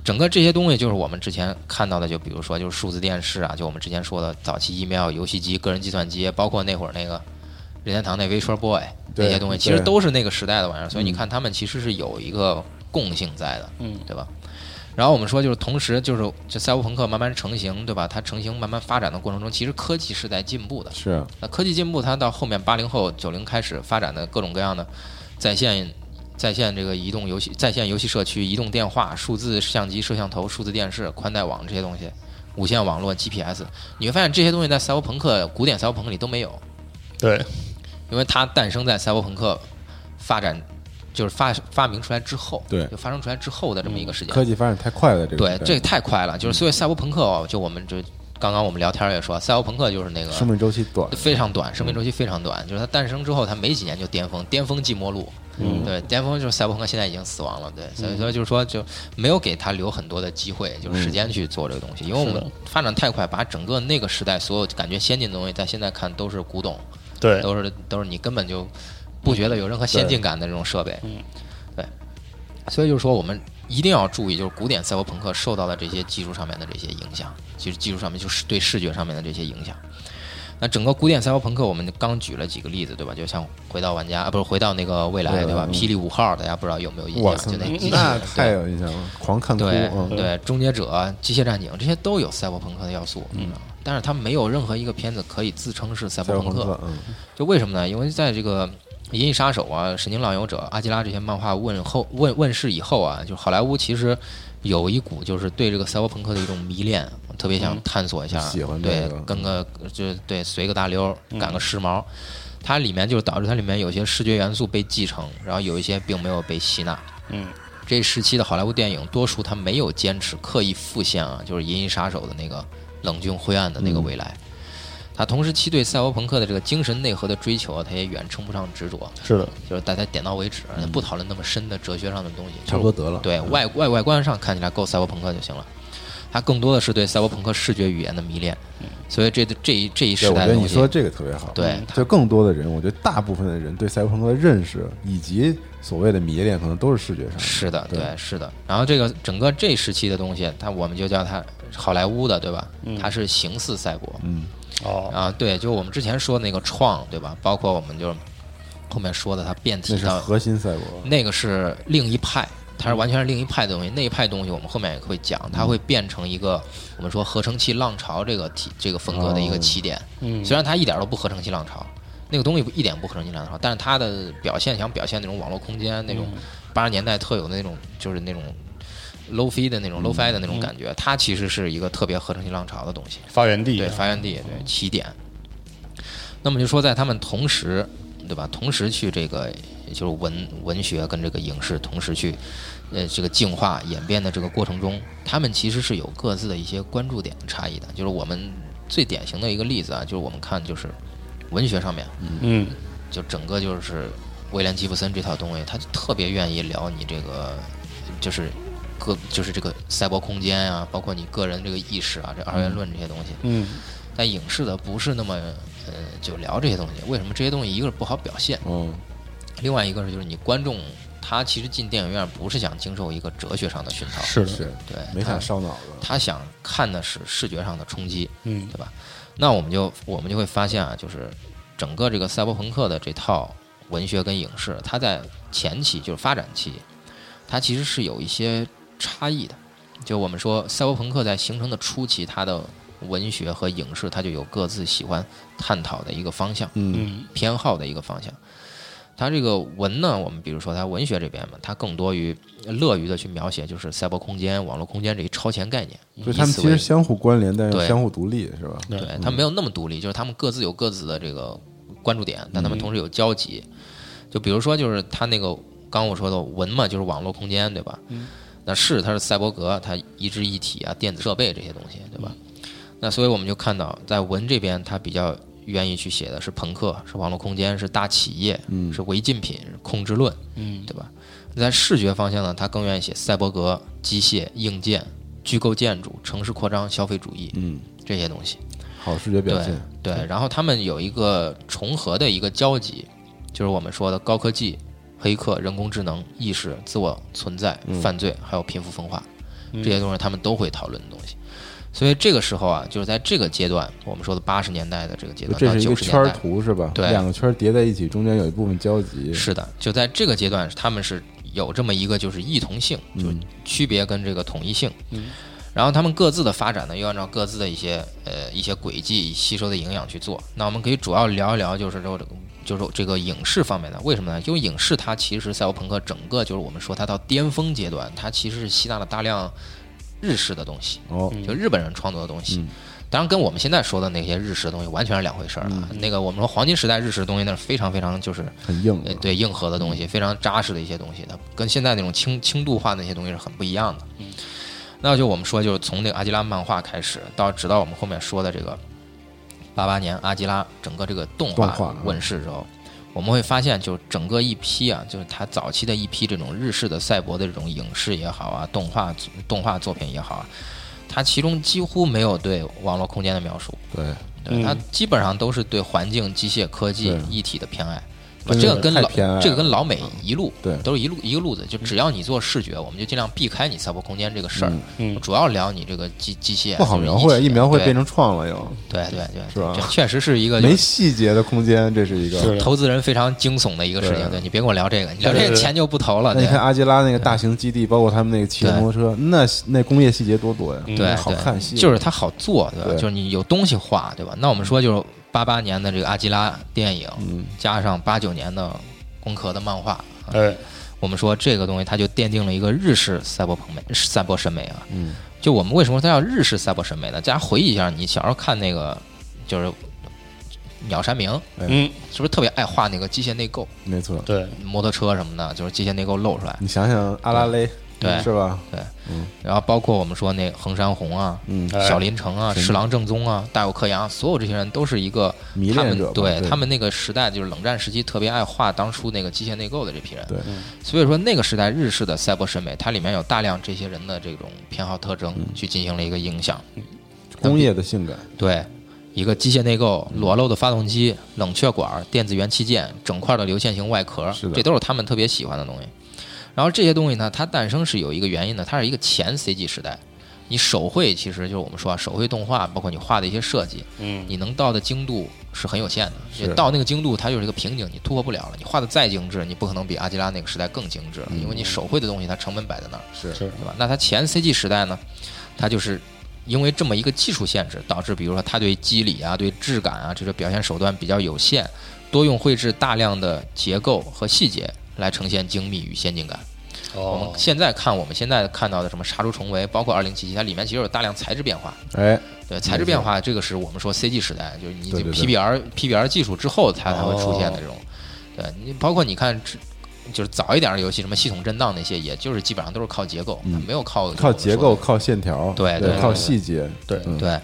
整个这些东西就是我们之前看到的，就比如说就是数字电视啊，就我们之前说的早期 email、游戏机、个人计算机，包括那会儿那个任天堂那 Visual Boy 那对嗯些东西，其实对都是那个时代的玩意儿，所以你看他们其实是有一个共性在的，嗯对吧？然后我们说，就是同时，就是这赛博朋克慢慢成型，对吧？它成型慢慢发展的过程中，其实科技是在进步的，是啊，那科技进步，它到后面八零后、九零开始发展的各种各样的在线、在线这个移动游戏、在线游戏社区、移动电话、数字相机、摄像头、数字电视、宽带网这些东西，无线网络、GPS，你会发现这些东西在赛博朋克、古典赛博朋克里都没有，对，因为它诞生在赛博朋克发展就是发发明出来之后，对就发生出来之后的这么一个时间。科技发展太快了，这个对时，代这太快了，就是所以赛博朋克哦，就我们就刚刚我们聊天也说，赛博朋克就是那个生命周期短，非常短，嗯生命周期非常短，就是它诞生之后，它没几年就巅峰，巅峰即末路，嗯对，巅峰就是赛博朋克现在已经死亡了，对，所以说就是说就没有给他留很多的机会，就是时间去做这个东西，因为我嗯是们的发展太快，把整个那个时代所有感觉先进的东西，在现在看都是古董，对，都是都是你根本就不觉得有任何先进感的这种设备，嗯对，所以就是说我们一定要注意，就是古典赛博朋克受到的这些技术上面的这些影响，其实技术上面就是对视觉上面的这些影响。那整个古典赛博朋克，我们刚举了几个例子，对吧？就像回到玩家啊，不是回到那个未未来，来对吧？嗯霹雳五号，大家不知道有没有印哇塞象？就那机器那人，太对有印象了，狂看哭，对嗯，对，终结者、啊机械战警这些都有赛博朋克的要素，嗯，但是它没有任何一个片子可以自称是赛赛博博朋朋克，克，嗯，就为什么呢？因为在这个《银翼杀手》啊、《神经浪游者》、《阿基拉》这些漫画问后问问世以后啊，就好莱坞其实有一股就是对这个赛博朋克的一种迷恋，我特别想探索一下，嗯喜欢这对个，嗯跟个就对随个大溜儿，赶个时髦。它里面就是导致它里面有些视觉元素被继承，然后有一些并没有被吸纳。嗯，这时期的好莱坞电影，多数它没有坚持刻意复现啊，就是《银翼杀手》的那个冷峻灰暗的那个嗯未来。它同时期对赛博朋克的这个精神内核的追求啊，它也远称不上执着，是的，就是大家点到为止，不讨论那么深的哲学上的东西。差不多得了。对外外外观上看起来够赛博朋克就行了。它更多的是对赛博朋克视觉语言的迷恋。所以这这一这一嗯对，时我代觉的得东你西说这个特别好。对嗯就更多的人，我觉得大部分的人对赛博朋克的认识以及所谓的迷恋，可能都是视觉上的。是的，对对，是的。然后这个整个这时期的东西，它我们就叫它好莱坞的，对吧？它是形似赛博，嗯，哦，啊，对，就我们之前说的那个创，对吧？包括我们就后面说的它变体那是到核心赛博。那个是另一派，它是完全是另一派的东西。那一派东西我们后面也会讲，它会变成一个我们说合成器浪潮这个体这个风格的一个起点。嗯虽然它一点都不合成器浪潮，那个东西不一点不合成器浪潮，但是它的表现想表现那种网络空间那种八十年代特有的那种就是那种 low fi 的那种 low fi 的那种感觉，它其实是一个特别合成器浪潮的东西。发源地嗯对，发源地，对起点。那么就说在他们同时，对吧？同时去这个，也就是文文学跟这个影视同时去，呃，这个进化演变的这个过程中，他们其实是有各自的一些关注点的差异的。就是我们最典型的一个例子啊，就是我们看就是文学上面，嗯就整个就是威廉吉布森这套东西，他就特别愿意聊你这个，就是各就是这个赛博空间啊，包括你个人这个意识啊，这二元论这些东西。嗯但影视的不是那么呃就聊这些东西。为什么这些东西一个是不好表现，嗯，另外一个是就是你观众他其实进电影院不是想经受一个哲学上的熏陶，是的，是对，没他啥烧脑子。他想看的是视觉上的冲击，嗯对吧？那我们就我们就会发现啊，就是整个这个赛博朋克的这套文学跟影视，它在前期就是发展期，它其实是有一些差异的。就我们说，赛博朋克在形成的初期，它的文学和影视它就有各自喜欢探讨的一个方向。嗯嗯偏好的一个方向。它这个文呢，我们比如说它文学这边嘛，它更多于乐于的去描写就是赛博空间、网络空间这一超前概念，所以以他们其此实嗯为相互关联，但又对相互独立，是吧？对对它没有那么独立，就是他们各自有各自的这个关注点，但他们同时有交集。就比如说，就是它那个刚我说的文嘛，就是网络空间，对吧？那是它是赛博格，它一致一体啊，电子设备这些东西，对吧？那所以我们就看到，在文这边，它比较愿意去写的是朋克，是网络空间，是大企业，是违禁品，是控制论，嗯对吧？在视觉方向呢，它更愿意写赛博格、机械、硬件、虚构建筑、城市扩张、消费主义嗯，这些东西。好视觉表现。嗯对对，然后他们有一个重合的一个交集，就是我们说的高科技、黑客、人工智能、意识、自我存在、嗯犯罪，还有贫富分化这些东西，他们都会讨论的东西。所以这个时候啊，就是在这个阶段，我们说的八十年代的这个阶段这到是一九个十圈年儿代，图是吧？对两个圈儿叠在一起，中间有一部分交集。是的，就在这个阶段，他们是有这么一个就是异同性，就是区别跟这个统一性。然后他们各自的发展呢，又按照各自的一些呃一些轨迹吸收的营养去做。那我们可以主要聊一聊，就是说这个就是这个影视方面的，为什么呢？因为影视它其实赛博朋克整个就是我们说它到巅峰阶段，它其实是吸纳了大量日式的东西，哦，就日本人创作的东西。当然，跟我们现在说的那些日式的东西完全是两回事儿了。那个我们说黄金时代日式的东西，那是非常非常就是很硬嗯呃了。对硬核的东西，非常扎实的一些东西，它跟现在那种轻轻度化的那些东西是很不一样的。嗯那就我们说，就是从那个阿基拉漫画开始，到直到我们后面说的这个八八年阿基拉整个这个动动画画啊问世之后，我们会发现，就整个一批啊，就是它早期的一批这种日式的赛博的这种影视也好啊，动画动画作品也好啊，它其中几乎没有对网络空间的描述，对，嗯对，它基本上都是对环境、机械、科技对一体的偏爱。真这的个跟太老偏爱这个了跟老美一路，对都是一路一个路子。就只要你做视觉，我们就尽量避开你赛博空间这个事儿，嗯主要聊你这个机机械不好就是描绘，体一描绘对变成创了又，对对对，是吧这确实是一个没细节的空间，这是一是个。投资人非常惊悚的一个事情。对对你别跟我聊这个，你聊这对个对钱就不投了。那对你看阿基拉那个大型基地，包括他们那个骑对摩托车，那那工业细节多多呀，嗯对，好看，对细就是它好做，对吧？对就是你有东西画，对吧？那我们说就是八八年的这个阿基拉电影，嗯加上八九年的工壳的漫画，啊哎我们说这个东西它就奠定了一个日式赛博朋美赛博审美啊。嗯，就我们为什么说它叫日式赛博审美呢？大家回忆一下，你小时候看那个就是鸟山明，嗯是不是特别爱画那个机械内构、没错。对摩托车什么的，就是机械内构露出来。你想想阿拉蕾，对嗯是吧？然后包括我们说那横山红啊、嗯哎小林城啊、神侍郎正宗啊、大有克洋，所有这些人都是一个迷他恋们者吧对对他们那个时代就是冷战时期特别爱画当初那个机械内购的这批人。对，所以说那个时代日式的赛博审美，它里面有大量这些人的这种偏好特嗯征去进行了一个影响。工业的性感，对，一个机械内构、裸露的发动机、冷却管、电子元器件、整块的流线型外壳是的，这都是他们特别喜欢的东西。然后这些东西呢，它诞生是有一个原因的，它是一个前 CG 时代。你手绘其实就是我们说啊，手绘动画，包括你画的一些设计，嗯，你能到的精度是很有限的。是你到那个精度，它就是一个瓶颈，你突破不了了。你画的再精致，你不可能比阿基拉那个时代更精致嗯了，因为你手绘的东西它成本摆在那儿。是对吧？那它前 CG 时代呢，它就是因为这么一个技术限制，导致比如说它对肌理啊、对质感啊这些表现手段比较有限，多用绘制大量的结构和细节来呈现精密与先进感。我们哦，现在看我们现在看到的什么杀出重围，包括二零七七，它里面其实有大量材质变化。哎，对材质变化，这个是我们说 CG 时代，就是你对哦对对 PBR PBR 技术之后它才会出现哦的这种。对你包括你看之。就是早一点的游戏，什么系统震荡那些，也就是基本上都是靠结构，它没有靠嗯靠结我构，们说靠线条，对对，对靠对细节，对嗯的对，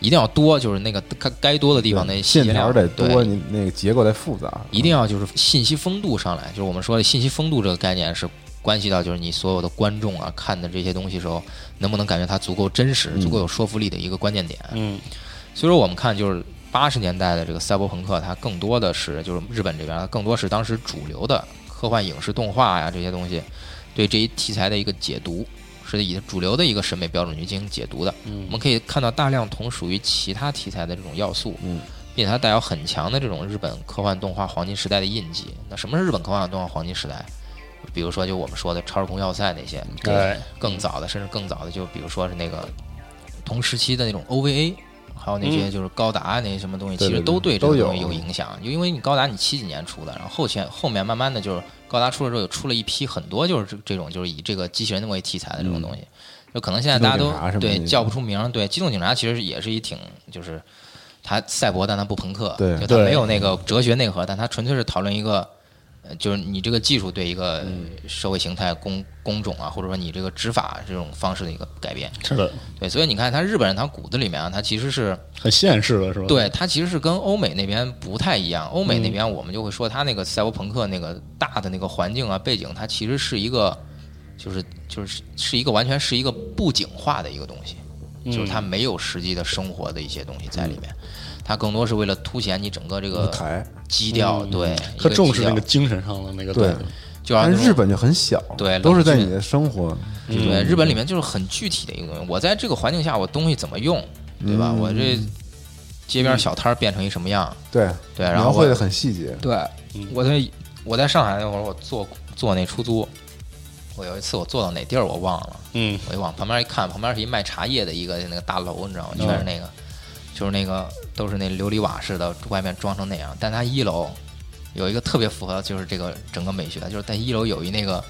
一定要多，就是那个该该多的地方那细线节条量得多，对你那个结构得复杂，嗯一定要就是信息风度上来，就是我们说的信息风度这个概念是关系到就是你所有的观众啊看的这些东西时候，能不能感觉它足够真实、嗯足够有说服力的一个关键点。嗯，所以说我们看就是八十年代的这个赛博朋克，它更多的是就是日本这边，它更多是当时主流的科幻影视动画呀这些东西对这一题材的一个解读，是以主流的一个审美标准去进行解读的。嗯我们可以看到大量同属于其他题材的这种要素，嗯并且它带有很强的这种日本科幻动画黄金时代的印记。那什么是日本科幻动画黄金时代？比如说，就我们说的《超时空要塞》那些，哎，更早的，甚至更早的，就比如说是那个同时期的那种 OVA，还有那些就是高达那些什么东西，嗯对其实对都对对这个都有东西有影响。就因为你高达你七几年出的，然后后前后面慢慢的就是高达出了之后，有出了一批很多就是这这种就是以这个机器人为题材的这种东西。就可能现在大嗯机家动警察什么的都对那叫不出名儿，对机动警察其实也是一挺就是它赛博，但它不朋克，对就它对没有那个哲学内核，但它纯粹是讨论一个。呃就是你这个技术对一个社会形态、工工种啊，或者说你这个执法这种方式的一个改变。是的，对，所以你看，他日本人他骨子里面啊，他其实是很现实了，是吧？对，它其实是跟欧美那边不太一样。欧美那边我们就会说，它那个赛博朋克那个大的那个环境啊背景，它其实是一个，就是就是是一个完全是一个布景化的一个东西，嗯就是嗯它没有实际的生活的一些东西在里面，它更多是为了凸显你整个这个台，嗯基调，对，一嗯他基重视那调个精神上的那个对东西就要但那是种日本就很小，对都是在冷你静的生活，嗯对，日嗯本里面就是很具体的一个东西。我在这个环境下，我东西怎么用，对吧？嗯我这街边小摊儿变成一什么样？对对然后嗯描我绘的很嗯细节，对，我在我在上海那会儿，我坐坐那出租，我有一次我坐到哪地儿我忘了，嗯，我就往旁边一看，旁边是一卖茶叶的一个那个大楼，你知道吗？全是那个，就是那个都是那琉璃瓦似的，外面装成那样。但它一楼有一个特别符合就是这个整个美学，就是在一楼有一那个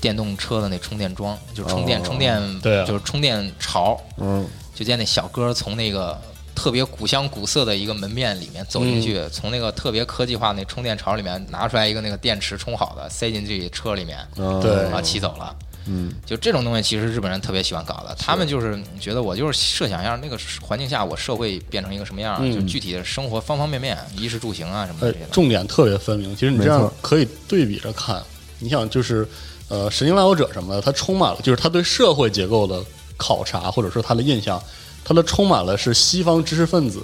电动车的那充电桩，就是充电、哦充电，对啊就是充电槽，嗯，就见那小哥从那个特别古香古色的一个门面里面走进去，嗯从那个特别科技化那充电槽里面拿出来一个那个电池充好的，塞进自己车里面，嗯哦对然后骑走了。嗯，就这种东西，其实日本人特别喜欢搞的。他们就是觉得我就是设想一下那个环境下我社会变成一个什么样，嗯就具体的生活方方面面，衣食住行啊什么哎的这些，东西。重点特别分明。其实你这没样错可以对比着看，你想就是呃，《神经来访者》什么的，它充满了就是它对社会结构的考察，或者说它的印象，它的充满了是西方知识分子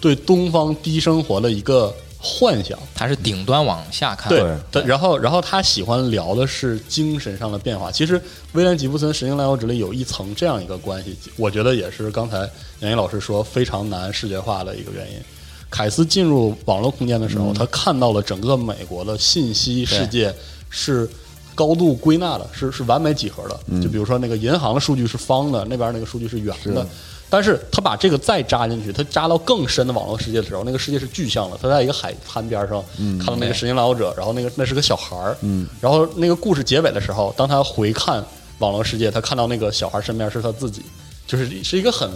对东方低生活的一个幻想。它是顶端往下看，对，他然后然后他喜欢聊的是精神上的变化。其实威廉吉布森《神经来访者》里有一层这样一个关系，我觉得也是刚才杨毅老师说非常难视觉化的一个原因。凯斯进入网络空间的时候，他看到了整个美国的信息世界是高度归纳的，是是完美几何的。就比如说那个银行的数据是方的，那边那个数据是圆的。但是他把这个再扎进去，他扎到更深的网络世界的时候，那个世界是具象的。他在一个海滩边上、看到那个对神经来访者，然后那个那是个小孩儿，嗯然后那个故事结尾的时候，当他回看网络世界，他看到那个小孩身边是他自己，就是是一个很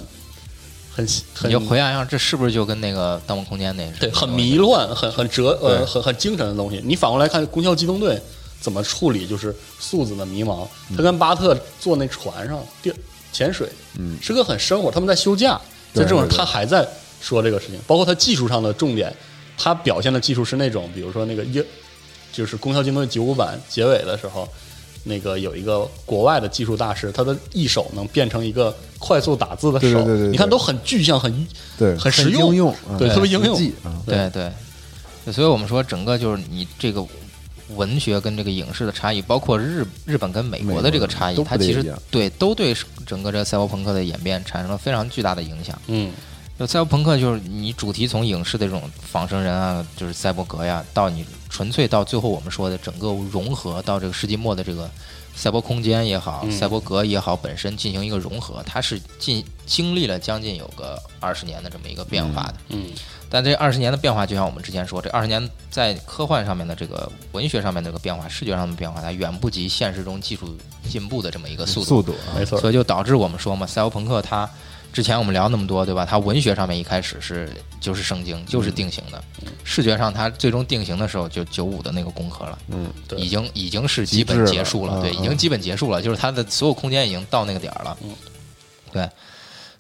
很你很就回想一下，这是不是就跟那个《盗梦空间》那对，很迷，乱，很很折呃，很很精神的东西。你反过来看《宫壳机动队》，怎么处理就是素子的迷茫。他跟巴特坐那船上掉潜水，嗯，是个很生活。他们在休假，在对这种对对他还在说这个事情，包括他技术上的重点，他表现的技术是那种，比如说那个英，就是《宫壳机动队九五版结尾的时候。那个有一个国外的技术大师，他的一手能变成一个快速打字的手，对对对对对你看都很具象，很对，很实应用，对，嗯特别应用实。际啊，对对，所以我们说整个就是你这个文学跟这个影视的差异，包括日日本跟美美国国的这个差异都，不它太其一实样对都对整个这赛博朋克的演变产生了非常巨大的影响。嗯，就赛博朋克就是你主题从影视的这种仿生人啊，就是赛博格呀，到你纯粹到最后我们说的整个融合到这个世纪末的这个赛博空间也好，嗯赛博格也好，本身进行一个融合，它是进经历了将近有个二十年的这么一个变化的。嗯，但这二十年的变化，就像我们之前说，这二十年在科幻上面的这个文学上面的这个变化、视觉上的变化，它远不及现实中技术进步的这么一个速度。速度啊，没错。所以就导致我们说嘛，赛博朋克它之前我们聊那么多，对吧？它文学上面一开始是就是圣经，就是嗯定型的；视觉上它最终定型的时候，就九五的那个工科了，嗯，对已经已经是极基本致结了束嗯对，已经嗯基本结束了，就是它的所有空间已经到那个点儿了，嗯对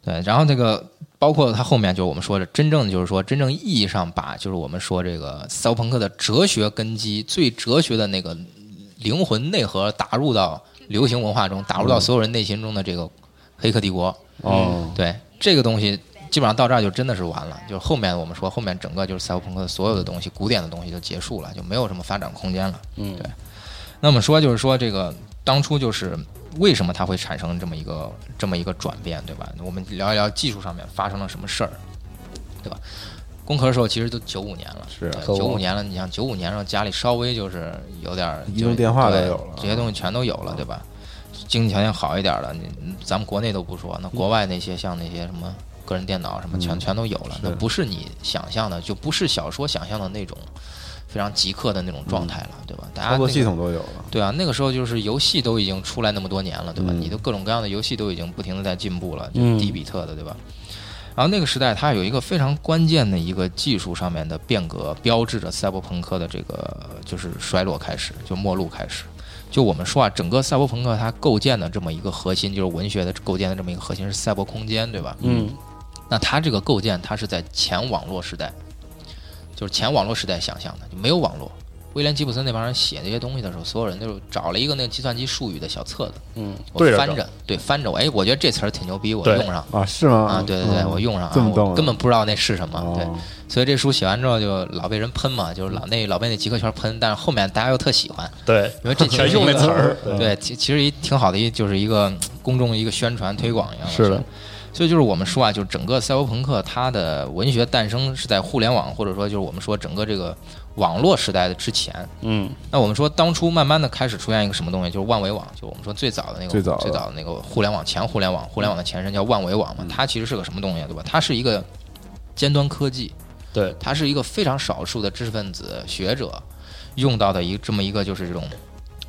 对。然后这个包括它后面就是我们说的，真正的就是说真正意义上把就是我们说这个赛博朋克的哲学根基最哲学的那个灵魂内核打入到流行文化中，打嗯入到所有人内心中的这个《黑客帝国》哦，对这个东西，基本上到这儿就真的是完了。就是后面我们说，后面整个就是赛博朋克所有的东西，古典的东西就结束了，就没有什么发展空间了。嗯，对那么说就是说这个当初就是为什么它会产生这么一个这么一个转变，对吧？我们聊一聊技术上面发生了什么事儿，对吧？工科的时候其实都九五年了，是啊可不九五年了。你像九五年让家里稍微就是有点儿移就动电话都对有了这些东西全都有了，对吧？经济条件好一点的，你咱们国内都不说，那国外那些像那些什么个人电脑什么全、嗯全都有了，那不是你想象的，就不是小说想象的那种非常极客的那种状态了，对吧？大家、操那作个、系统都有了，对啊，那个时候就是游戏都已经出来那么多年了，对吧？嗯你的各种各样的游戏都已经不停的在进步了，就嗯是低比特的，对吧？然后那个时代，它有一个非常关键的一个技术上面的变革，标志着赛博朋克的这个就是衰落开始，就末路开始。就我们说啊，整个赛博朋克它构建的这么一个核心，就是文学的构建的这么一个核心是赛博空间，对吧？嗯那它这个构建，它是在前网络时代，就是前网络时代想象的，就没有网络。威廉吉普森那帮人写这些东西的时候，所有人都是找了一个那个计算机术语的小册子，嗯，我对着翻整着，对翻着我，哎，我觉得这词儿挺牛逼，我对用上啊，是吗？啊，对对对，嗯我用上这啊，么我动，根本不知道那是什么，对，哦所以这书写完之后就老被人喷嘛，就是老那老被那极客圈喷，但是后面大家又特喜欢，对，因为 这其实全用那词儿，对，其其实一挺好的一就是一个嗯公众一个宣传推广一样的是的事。所以就是我们说啊，就是整个赛博朋克它的文学诞生是在互联网，或者说就是我们说整个这个网络时代的之前。嗯那我们说当初慢慢的开始出现一个什么东西，就是万维网，就我们说最早的那个最早的最早的那个互联网前互联网，互联网的前身叫万维网嘛，它其实是个什么东西啊，对吧？它是一个尖端科技，对，它是一个非常少数的知识分子学者用到的一这么一个就是这种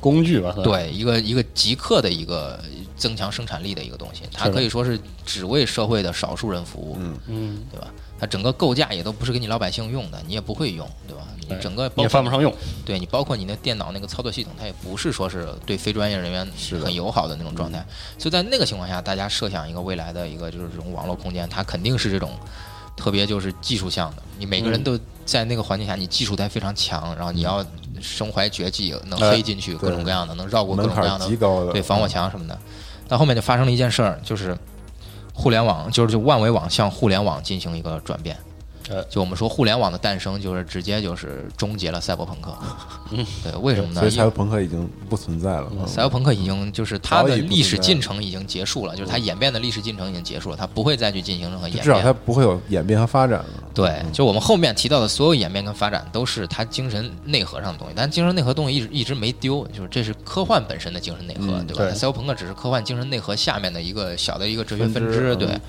工具吧，算是，对，一个一个极客的一个增强生产力的一个东西，它是的可以说是只为社会的少数人服务，嗯嗯，对吧？它整个构架也都不是给你老百姓用的，你也不会用，对吧？你对整个你包也犯括不上用，对你包括你那电脑那个操作系统，它也不是说是对非专业人员是的很友好的那种状态，嗯所以在那个情况下，大家设想一个未来的一个就是这种网络空间，它肯定是这种特别就是技术向的，你每个人嗯都在那个环境下，你技术才非常强，然后你要身怀绝技，能哎黑进去各种各样的，能绕过各门种各槛样的极高的，对防火墙什么的。但后面就发生了一件事儿，就是互联网，就是就万维网向互联网进行一个转变哎。呃就我们说，互联网的诞生就是直接就是终结了赛博朋克。对，为什么嗯呢所以？赛因为博朋克已经不存在了，嗯赛博朋克已经就是它早的已不历史存在了进程已经结束了，就是它演变的历史进程已经结束了，它不会再去进行任何演至变。少它不会有演变和发展了。对，就我们后面提到的所有演变跟发展，都是它精神内核上的东西，但精神内核东西一直一直没丢，就是这是科幻本身的精神内核，嗯对吧？对赛博朋克只是科幻精神内核下面的一个小的一个哲学分分支，支对嗯。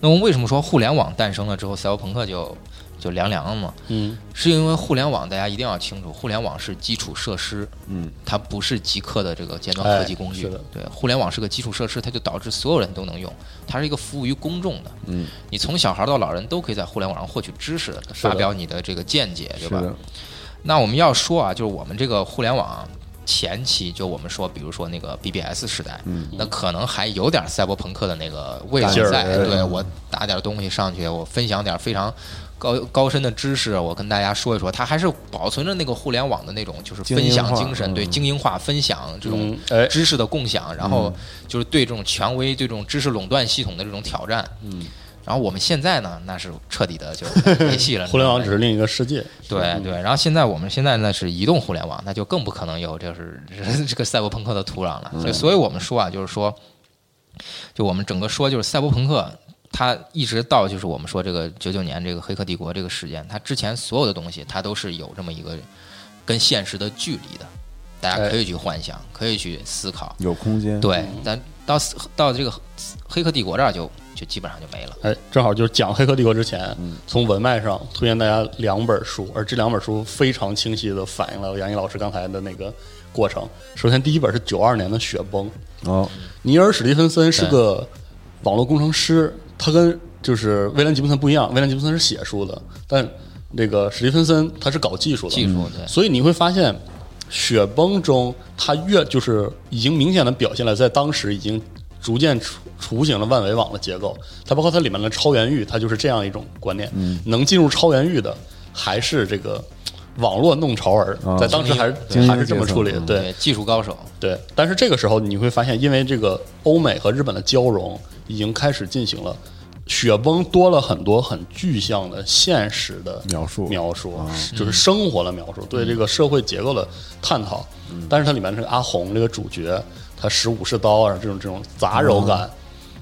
那我们为什么说互联网诞生了之后，赛博朋克就就凉凉了嘛？嗯，是因为互联网，大家一定要清楚，互联网是基础设施，嗯，它不是极客的这个尖端科技工哎具。是的对，互联网是个基础设施，它就导致所有人都能用，它是一个服务于公众的。嗯，你从小孩到老人都可以在互联网上获取知识，是的发表你的这个见解，对是吧？的，那我们要说啊，就是我们这个互联网啊前期就我们说，比如说那个 BBS 时代，那可能还有点赛博朋克的那个味嗯道劲儿在。嗯对我打点东西上去，我分享点非常高高深的知识，我跟大家说一说，它还是保存着那个互联网的那种就是精英分享化精神，对嗯精英化分享这种嗯哎嗯知识的共享，然后就是对这种权威、对这种知识垄断系统的这种挑战。嗯。然后我们现在呢，那是彻 底的就没戏了。哎互联网你只知道是吗嗯另一个世界，对对，然后现在我们现在呢是移动互联网，那就更不可能有就是 这个赛博朋克的土壤了。嗯所以，所以我们说啊，就是说，就我们整个说就是赛博朋克，它一直到就是我们说这个九九年这个《黑客帝国》这个事件，它之前所有的东西，它都是有这么一个跟现实的距离的，大家可以去幻想，可以去思考。有空嗯间，对，咱到到这个《黑客帝国》这儿就就基本上就没了。哎，正好就是讲《黑客帝国》之前，从文脉上推荐大家两本书，而这两本书非常清晰的反映了杨毅老师刚才的那个过程。首先，第一本是九二年的《雪崩》，哦，尼尔·史蒂芬森是对个网络工程师，他跟就是威廉·吉布森不一样，威廉·吉布森是写书的，但那个史蒂芬森他是搞技术的，嗯技术对所以你会发现。雪崩中，他越就是已经明显的表现了，在当时已经逐渐雏雏形了万维网的结构。它包括它里面的超元域，它就是这样一种观念。能进入超元域的，还是这个网络弄潮儿，啊在当时还是精英还是这么阶层处理的。嗯对，技术高手，对，但是这个时候你会发现，因为这个欧美和日本的交融已经开始进行了，雪崩多了很多很具象的现实的描述啊描述、就是嗯生活的描述，对这个社会结构的探讨。但是它里面这个阿红这个主角，他使武士刀啊，这种这种杂糅感，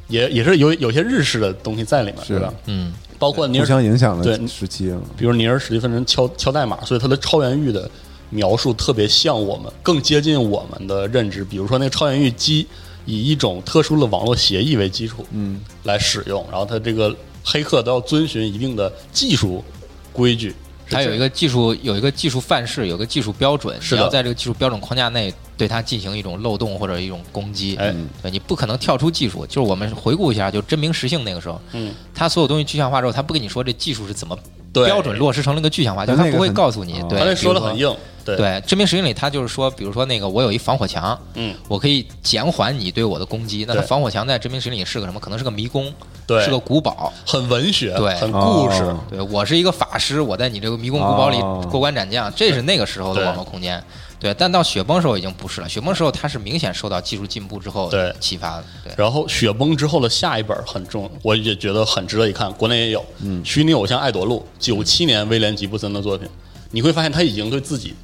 也也是有有些日式的东西在里面，是对吧？嗯，包括尼互尔相影响对的时期了，比如尼尔·史蒂芬森敲敲代码，所以他的超元域的描述特别像我们，更接近我们的认知。比如说那个超元域基以一种特殊的网络协议为基础，嗯，来使用，然后他这个黑客都要遵循一定的技术规矩。是它这有一个技术，有一个技术范式，有一个技术标准，是你的要在这个技术标准框架内对它进行一种漏洞或者一种攻击。哎，对你不可能跳出技术。就是我们回顾一下，就真名实姓那个时候，嗯，它所有东西具象化之后，它不跟你说这技术是怎么对标准落实成了个具象化，就但它那个不会很告诉你哦。对，他那说的比如很硬，对对，真名实姓里，它就是说，比如说那个我有一防火墙，嗯，我可以减缓你对我的攻击。那它对防火墙在真名实姓里是个什么？可能是个迷宫，对是个古堡。很文学，对很故事。哦对我是一个法师，我在你这个迷宫古堡里哦过关斩将，这是那个时候的对网络空间。对，但到雪崩时候已经不是了。雪崩时候它是明显受到技术进步之后对启发的。对，然后雪崩之后的下一本很重，我也觉得很值得一看，国内也有。嗯，虚拟偶像爱朵露，九七年威廉吉布森的作品，你会发现他已经对自己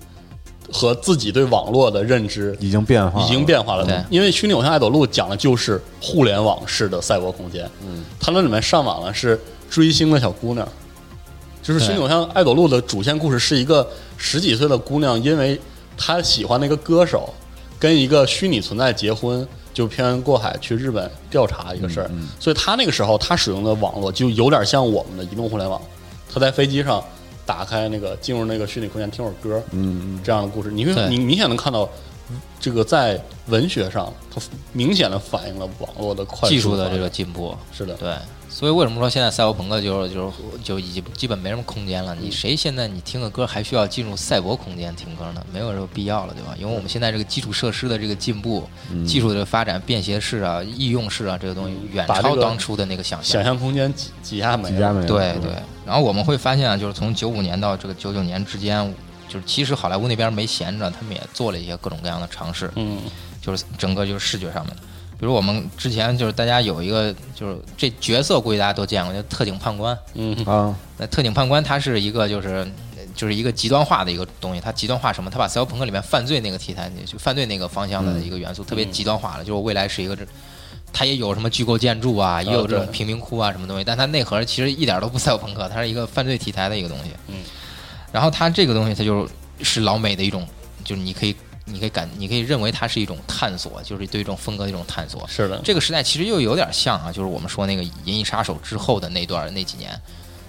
和自己对网络的认知已经变化了，已经变化了。对因为虚拟偶像爱朵露讲的就是互联网式的赛博空间。嗯，它那里面上网了是追星的小姑娘，就是虚拟偶像爱朵露的主线故事是一个十几岁的姑娘，因为她喜欢那个歌手，跟一个虚拟存在结婚，就漂洋过海去日本调查一个事儿。嗯所以她那个时候她使用的网络就有点像我们的移动互联网，她在飞机上。打开那个进入那个虚拟空间听会儿歌，嗯，这样的故事，你会对你明显能看到这个在文学上，它明显的反映了网络的快速技术的发这展个进步。是的，对，所以为什么说现在赛博朋克就是就是就已经基本没什么空间了？你谁现在你听个歌还需要进入赛博空间听歌呢？没有这个必要了，对吧？因为我们现在这个基础设施的这个进步、技术的发展、便携式啊、易用式啊，这个东西远把这超个当初的那个想象想。象空间挤挤压没几家了，没对对，然后我们会发现啊，就是从九五年到这个九九年之间，就是其实好莱坞那边没闲着，他们也做了一些各种各样的尝试，嗯，就是整个就是视觉上面的。比如我们之前就是大家有一个就是这角色估计大家都见过，就特警判官。嗯，啊，那特警判官他是一个就是就是一个极端化的一个东西，他极端化什么？他把赛博朋克里面犯罪那个题材，就犯罪那个方向的嗯一个元素、特别极端化了，就是未来是一个这。它也有什么巨构建筑啊，也有这种对贫民窟啊，什么东西，但它内核其实一点都不赛博朋克，它是一个犯罪题材的一个东西。嗯，然后它这个东西，它就是老美的一种，就是你可以，你可以感，你可以认为它是一种探索，就是对这种风格的一种探索。是的，这个时代其实又有点像啊，就是我们说那个《银翼杀手》之后的那段那几年，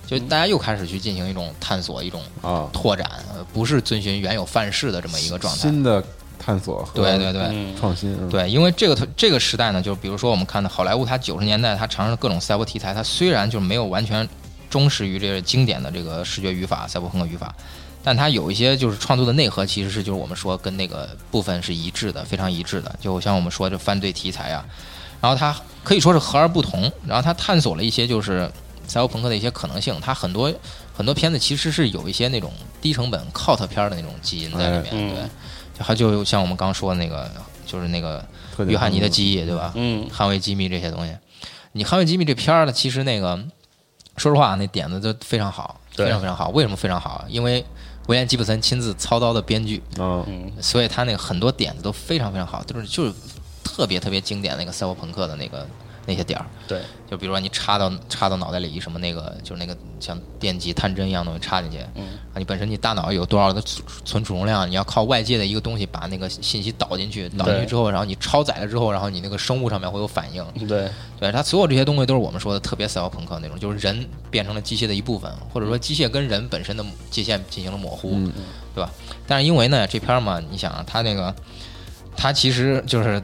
就大家又开始去进行一种探索、一种啊拓展，呃不是遵循原有范式的这么一个状态。新的探索和对对对。嗯，创新，嗯，对，因为这个这个时代呢，就比如说我们看到好莱坞，它九十年代它尝试了各种赛博题材，它虽然就是没有完全忠实于这个经典的这个视觉语法、赛博朋克语法，但它有一些就是创作的内核，其实是就是我们说跟那个部分是一致的，非常一致的。就像我们说这犯罪题材啊，然后它可以说是和而不同，然后它探索了一些就是赛博朋克的一些可能性。它很多很多片子其实是有一些那种低成本 cult 片儿的那种基因在里面，嗯对。就还就像我们刚说的那个，就是那个特点约翰尼的记忆，对吧？嗯，捍卫机密这些东西。你捍卫机密这片儿呢，其实那个说实话，那点子都非常好，对非常非常好。为什么非常好？啊因为威廉吉普森亲自操刀的编剧，啊，所以他那个很多点子都非常非常好，就是就是特别特别经典那个赛博朋克的那个那些点儿。对，就比如说你插到插到脑袋里一什么那个，就是那个像电极探针一样的东西插进去，啊，你本身你大脑有多少的存存储容量，你要靠外界的一个东西把那个信息导进去，导进去对之后，然后你超载了之后，然后你那个生物上面会有反应，对，对，它所有这些东西都是我们说的特别赛博朋克那种，就是人变成了机械的一部分，或者说机械跟人本身的界限进行了模糊，嗯对吧？但是因为呢，这片儿嘛，你想啊它那个，它其实就是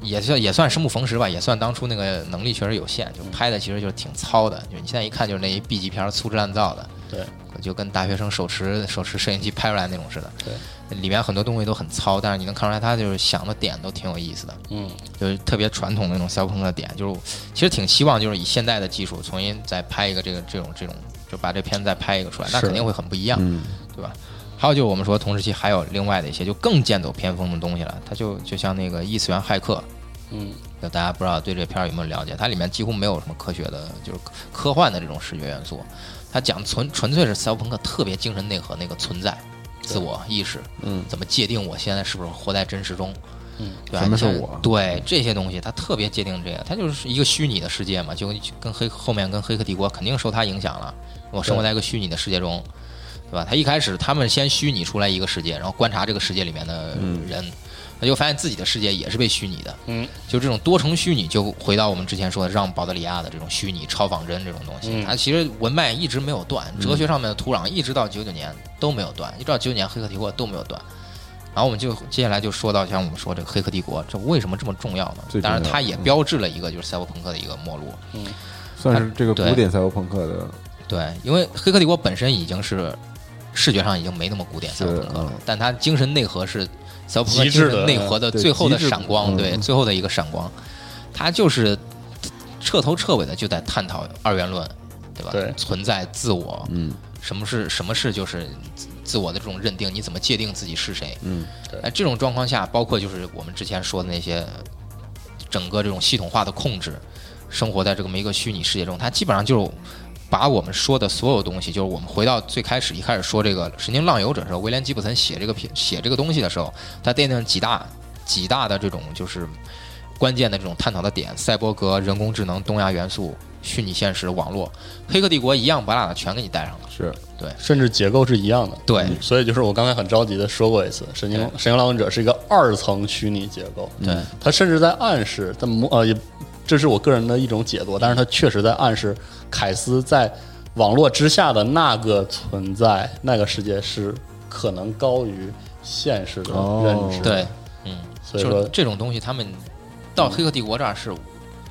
也算也算生不逢时吧，也算当初那个能力确实有限，就拍的其实就是挺糙的，就你现在一看就是那一 B 级片儿粗制滥造的，对，就跟大学生手持手持摄影机拍出来那种似的，对。里面很多东西都很糙，但是你能看出来，他就是想的点都挺有意思的。嗯，就是特别传统的那种赛博朋克的点，就是我其实挺希望就是以现代的技术重新再拍一个这个这种这种，就把这片子再拍一个出来，那是肯定会很不一样，嗯对吧？还有就是我们说同时期还有另外的一些就更剑走偏锋的东西了，它就就像那个异次元骇客，嗯，就大家不知道对这片儿有没有了解，它里面几乎没有什么科学的，就是科科幻的这种视觉元素，它讲纯纯粹是赛博朋克特别精神内核那个存在、自我意识，嗯，怎么界定我现在是不是活在真实中，嗯，对吧？什么是你像我嗯对这些东西，它特别界定这个，它就是一个虚拟的世界嘛，就跟跟黑后面跟黑客帝国肯定受它影响了，我生活对在一个虚拟的世界中。对吧？他一开始他们先虚拟出来一个世界，然后观察这个世界里面的嗯人，他就发现自己的世界也是被虚拟的。嗯，就这种多重虚拟，就回到我们之前说的让保德里亚的这种虚拟超仿真这种东西，嗯它其实文脉一直没有断，嗯哲学上面的土壤一直到九九年都没有断，一直到九九年黑客帝国都没有断。然后我们就接下来就说到像我们说这个《黑客帝国》，这为什么这么重要呢？最重要当然，它也嗯标志了一个就是赛博朋克的一个末路。算是这个对古典赛博朋克的对，因为《黑客帝国》本身已经是视觉上已经没那么古典赛是博朋克了嗯，但它精神内核是赛博朋克极精致的神内核的对最后的极致闪光，嗯对，嗯最后的一个闪光，它就是彻头彻尾的就在探讨二元论，对吧？对存在、自我，嗯，什么是什么是就是自自我的这种认定，你怎么界定自己是谁？嗯，哎，这种状况下，包括就是我们之前说的那些整个这种系统化的控制，生活在这么一个虚拟世界中，它基本上就是把我们说的所有东西，就是我们回到最开始一开始说这个《神经浪游者》的时候，威廉吉普森写这个片写这个东西的时候，他奠定了几大几大的这种就是关键的这种探讨的点：赛博格、人工智能、东亚元素、虚拟现实、网络。黑客帝国一样把俩全给你带上了。是甚至结构是一样的。对所以就是我刚才很着急的说过一次，《神经对神经浪游者》是一个二层虚拟结构，嗯对它甚至在暗示，在模呃，也这是我个人的一种解读，但是它确实在暗示凯斯在网络之下的那个存在，那个世界是可能高于现实的哦认知。，对，嗯，所以就是说这种东西，他们到黑客帝国这儿是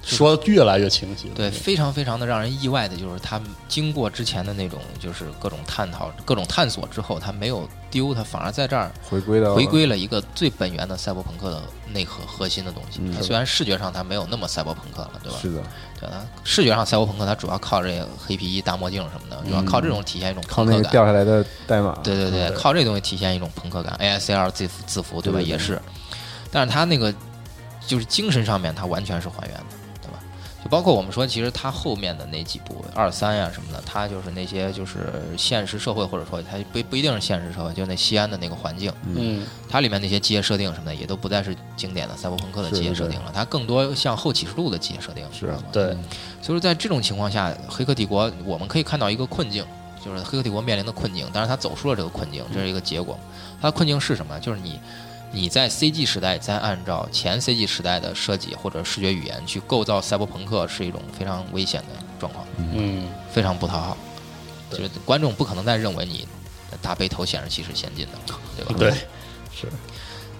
说的越来越清晰了。对，非常非常的让人意外的，就是他们经过之前的那种就是各种探讨、各种探索之后，他没有丢，他反而在这儿回归到回归了一个最本源的赛博朋克的内核核心的东西。它虽然视觉上它没有那么赛博朋克了，对吧？是的，对，它视觉上赛博朋克它主要靠这个黑皮衣、大墨镜什么的，主要靠这种体现一种靠朋那克个感。掉下来啊的代码，对对对，靠这东西体现一种朋克感，ASL 字符字符对吧？对对对也是，但是他那个就是精神上面，他完全是还原的，对吧？就包括我们说，其实他后面的那几部二三呀什么的，他就是那些就是现实社会，或者说他不不一定是现实社会，就那西安的那个环境，嗯，它里面那些机械设定什么的，也都不再是经典的赛博朋克的是机械是设定了，它更多像后启示录的机械设定，是吗？对，所以说，在这种情况下，《黑客帝国》我们可以看到一个困境，就是《黑客帝国》面临的困境，但是他走出了这个困嗯境，这是一个结果。它的困境是什么？就是你你在 CG 时代再按照前 CG 时代的设计或者视觉语言去构造赛博朋克，是一种非常危险的状况，嗯，非常不讨好。就对是观众不可能再认为你大背头显示器是先进的了，对吧？嗯对，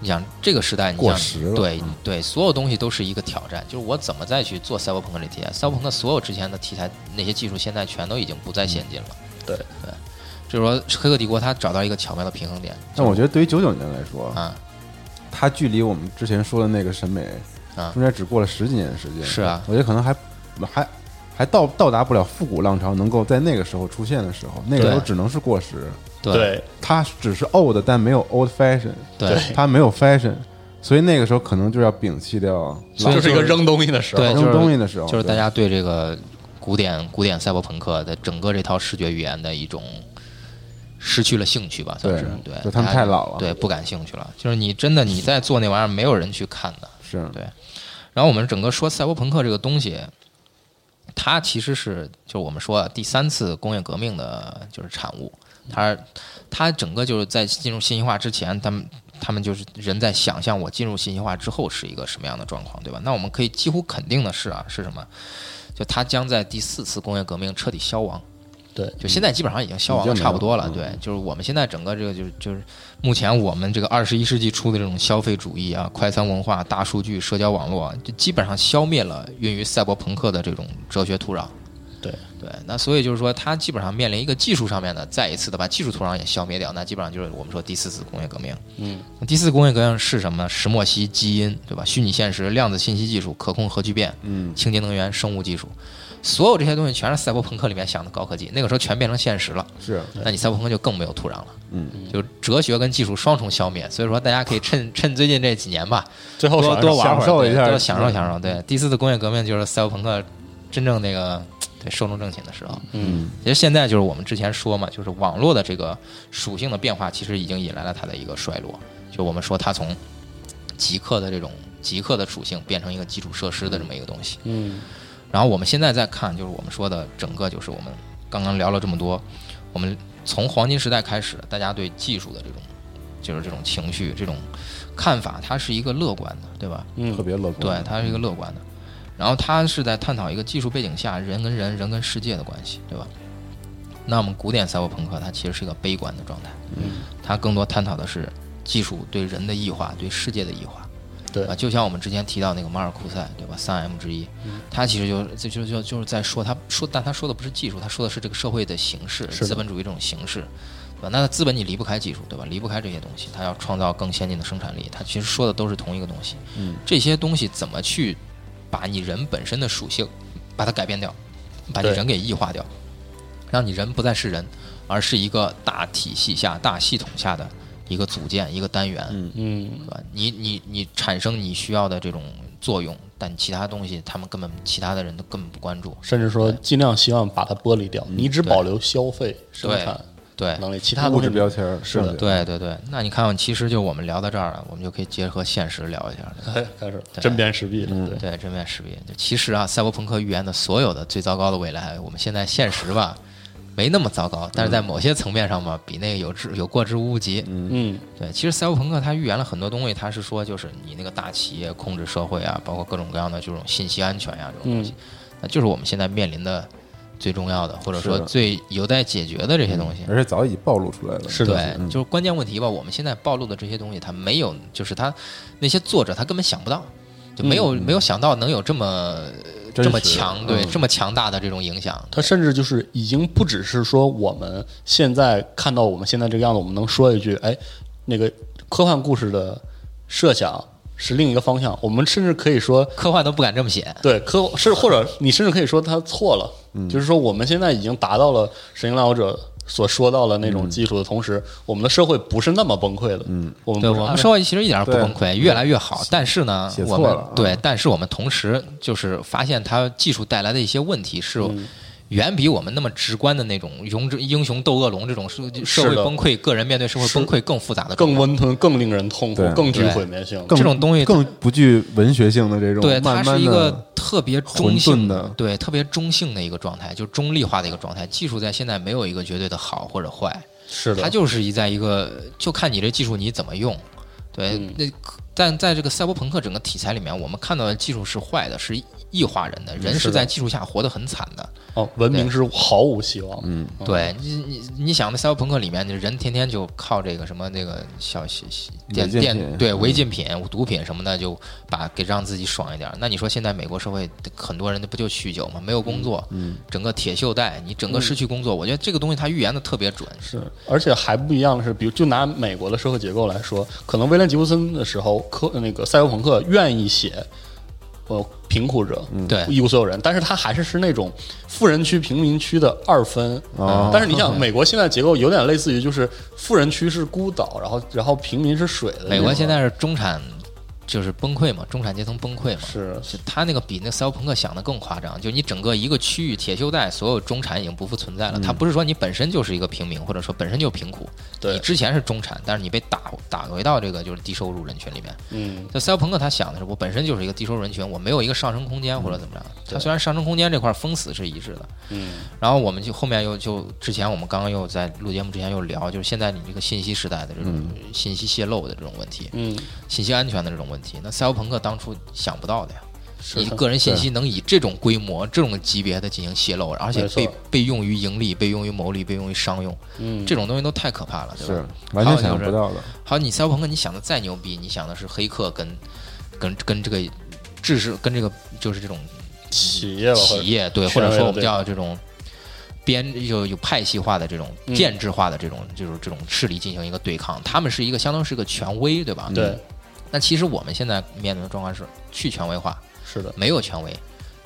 你想这个时代，你过想时了对对，所有东西都是一个挑战，就是我怎么再去做赛博朋克这啊题材？赛博朋克所有之前的题材那些技术，现在全都已经不再先进了。对对，就是说《黑客帝国》它找到一个巧妙的平衡点。但我觉得对于九九年来说，啊，它距离我们之前说的那个审美啊中间只过了十几年的时间。是啊我觉得可能还还还到到达不了复古浪潮能够在那个时候出现的时候，那个时候对只能是过时。对它只是 old，但没有 old fashion，对它没有 fashion，所以那个时候可能就要摒弃掉所以就是一个扔东西的时候。对，扔就是东西的时候就是对大家对这个古典古典赛博朋克的整个这套视觉语言的一种失去了兴趣吧，算是对对，就他们大家太老了对，不感兴趣了。就是你真的你在做那玩意儿，没有人去看的。是对然后我们整个说赛博朋克这个东西，它其实是就是我们说啊第三次工业革命的就是产物，它它整个就是在进入信息化之前，他们他们就是人在想象我进入信息化之后是一个什么样的状况，对吧？那我们可以几乎肯定的是啊，是什么？就它将在第四次工业革命彻底消亡。对就现在基本上已经消亡已的经没有差不多了。嗯对，就是我们现在整个这个就是就是目前我们这个二十一世纪初的这种消费主义啊、快餐文化、大数据、社交网络啊，就基本上消灭了孕育赛博朋克的这种哲学土壤。对对，那所以就是说，它基本上面临一个技术上面的再一次的把技术土壤也消灭掉，那基本上就是我们说第四次工业革命。嗯，那第四次工业革命是什么呢？石墨烯、基因，对吧？虚拟现实、量子信息技术、可控核聚变、嗯清洁能源、生物技术，所有这些东西全是赛博朋克里面想的高科技，那个时候全变成现实了。是那你赛博朋克就更没有土壤了，嗯，就哲学跟技术双重消灭，所以说大家可以趁趁最近这几年吧，最后多手多上玩享会儿，受一下对多享受享受。对，第四次工业革命就是赛博朋克真正那个对寿终正寝的时候。嗯，其实现在就是我们之前说嘛，就是网络的这个属性的变化，其实已经引来了它的一个衰落。就我们说它从极客的这种极客的属性变成一个基础设施的这么一个东西。嗯，然后我们现在再看，就是我们说的整个，就是我们刚刚聊了这么多，我们从黄金时代开始，大家对技术的这种，就是这种情绪、这种看法，它是一个乐观的，对吧？嗯特别乐对观，，它是一个乐观的。然后它是在探讨一个技术背景下人跟人、人跟世界的关系，对吧？那我们古典赛博朋克它其实是一个悲观的状态，它更多探讨的是技术对人的异化、对世界的异化。对啊，就像我们之前提到那个马尔库塞，对吧？三 M 之一，嗯他其实就是就就就就是在说他说，但他说的不是技术，他说的是这个社会的形式，是的资本主义这种形式，对吧？那资本你离不开技术，对吧？离不开这些东西，他要创造更先进的生产力，他其实说的都是同一个东西。嗯，这些东西怎么去把你人本身的属性把它改变掉，把你对人给异化掉，让你人不再是人，而是一个大体系下、大系统下的一个组件、一个单元。嗯嗯，对吧？你你你产生你需要的这种作用，但其他东西他们根本其他的人都根本不关注。甚至说尽量希望把它剥离掉，你只保留消费生产对能力，其它他物东质西标签儿是的对对对对，那你看，其实就我们聊到这儿了，我们就可以结合现实聊一下。哎 开始针砭时弊了，对对，正面识别。就其实啊，赛博朋克预言的所有的最糟糕的未来，我们现在现实吧，没那么糟糕，但是在某些层面上吧，比那个有之有过之无不及。嗯，对，其实赛博朋克它预言了很多东西，它是说就是你那个大企业控制社会啊，包括各种各样的这种信息安全呀、这种东西，嗯那就是我们现在面临的最重要的，或者是说的最有待解决的这些东西。而且早已暴露出来了。嗯是的嗯对，就是关键问题吧。我们现在暴露的这些东西，它没有，就是它那些作者他根本想不到，就没嗯有、没有想到能有这么真嗯这么实强，对，这么强大的这种影响。它甚至就是已经不只是说我们现在看到我们现在这个样子，我们能说一句，哎，那个科幻故事的设想是另一个方向，我们甚至可以说科幻都不敢这么写，对科是或者你甚至可以说他错了，就是说我们现在已经达到了《神经来访者》所说到的那种技术的同时，我们的社会不是那么崩溃的。嗯，我们对不是我们社会其实一点儿不对崩溃，越来越好。但是呢写，我错们了啊对，但是我们同时就是发现它技术带来的一些问题是。嗯远比我们那么直观的那种勇者英雄斗恶龙这种社社是会的崩溃、个人面对社会崩溃更复杂的状更态，温吞、更令人痛苦对、更具对毁灭性。更这种东西更不具文学性的这种，对，慢它是慢一个的特别中混沌性的对，特别中性的一个状态，就中立化的一个状态。技术在现在没有一个绝对的好或者坏，是的，它就是一在一个，就看你这技术你怎么用。对，那可但在这个赛博朋克整个题材里面，我们看到的技术是坏的，是异化人的，人是在技术下活得很惨的。哦，文明是毫无希望。嗯，对你，你你想，那赛博朋克里面，人天天就靠这个什么那个小小小电违禁品电对违禁品、毒品什么的，就把给让自己爽一点。那你说现在美国社会很多人不就酗酒吗？没有工作，整个铁锈带，你整个失去工作。我觉得这个东西它预言的特别准。是，而且还不一样的是，比如就拿美国的社会结构来说，可能威廉吉布森的时候，科那个赛博朋克愿意写，呃，贫苦者，对一无所有人，但是他还是是那种富人区、贫民区的二分。哦但是你想，美国现在结构有点类似于，就是富人区是孤岛，然后然后平民是水的那种。美国现在是中产就是崩溃嘛，中产阶层崩溃嘛。是就他那个比那赛博朋克想的更夸张，就你整个一个区域铁锈带，所有中产已经不复存嗯在了。他不是说你本身就是一个平民，或者说本身就贫苦，对你之前是中产，但是你被打打回到这个就是低收入人群里面。嗯，就赛博朋克他想的是，我本身就是一个低收入人群，我没有一个上升空间或者怎么着。他虽然上升空间这块封死是一致的，嗯，然后我们就后面又就之前我们刚刚又在录节目之前又聊，就是现在你这个信息时代的这种信息泄露的这种问题，嗯，信息安全的这种问题，那赛博朋克当初想不到的呀。是你的个人信息能以这种规模、这种级别的进行泄露，而且没错被被用于盈利、被用于谋利、被用于商用，嗯这种东西都太可怕了，对吧？是完全想不到的。好，你赛博朋克，你想的再牛逼，你想的是黑客跟跟跟这个知识跟这个就是这种企业吧，或者企业对，或权威者的说我们对叫这种边有有派系化的这种嗯建制化的这种就是这种势力进行一个对抗，他们是一个相当是一个权威，对吧？。对，那其实我们现在面临的状况是去权威化，是的，没有权威，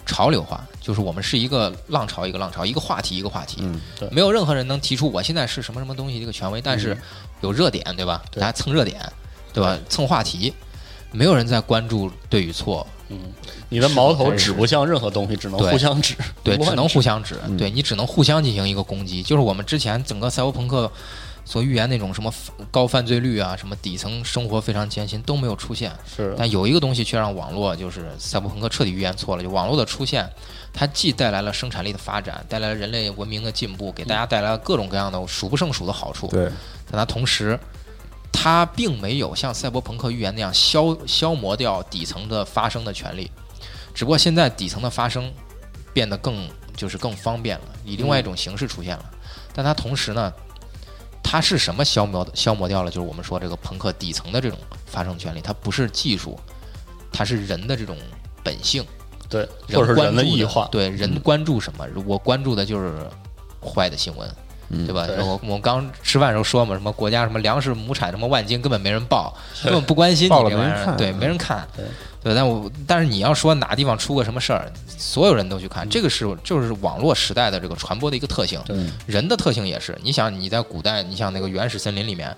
潮流化，就是我们是一个浪潮一个浪潮，一个话题一个话题，嗯对嗯没有任何人能提出我现在是什么什么东西的一个权威，但是有热点，对吧？对大家蹭热点，对吧？蹭话题，没有人在关注对与错，嗯你的矛头是指不向任何东西，只能对哦互相指，对，无法只能指嗯互相指，对你只能互相进行一个攻击。就是我们之前整个赛博朋克所预言那种什么高犯罪率啊，什么底层生活非常艰辛都没有出现，是但有一个东西却让网络就是赛博朋克彻底预言错了，就网络的出现，它既带来了生产力的发展，带来了人类文明的进步，给大家带来了各种各样的数不胜数的好处，对，但它同时。它并没有像赛博朋克预言那样消消磨掉底层的发声的权利，只不过现在底层的发声变得更就是更方便了，以另外一种形式出现了。但它同时呢，它是什么消磨消磨掉了？就是我们说这个朋克底层的这种发声权利，它不是技术，它是人的这种本性，对，或者是关人注的异化，嗯对人关注什么？我关注的就是坏的新闻。对吧？嗯对我我刚吃饭的时候说嘛，什么国家什么粮食亩产什么万斤，根本没人报，根本不关心你报了这玩意没人儿，看对，嗯没人看，对对。但我但是你要说哪地方出个什么事儿，所有人都去嗯看，这个是就是网络时代的这个传播的一个特性，人的特性也是。你想你在古代，你像那个原始森林里面，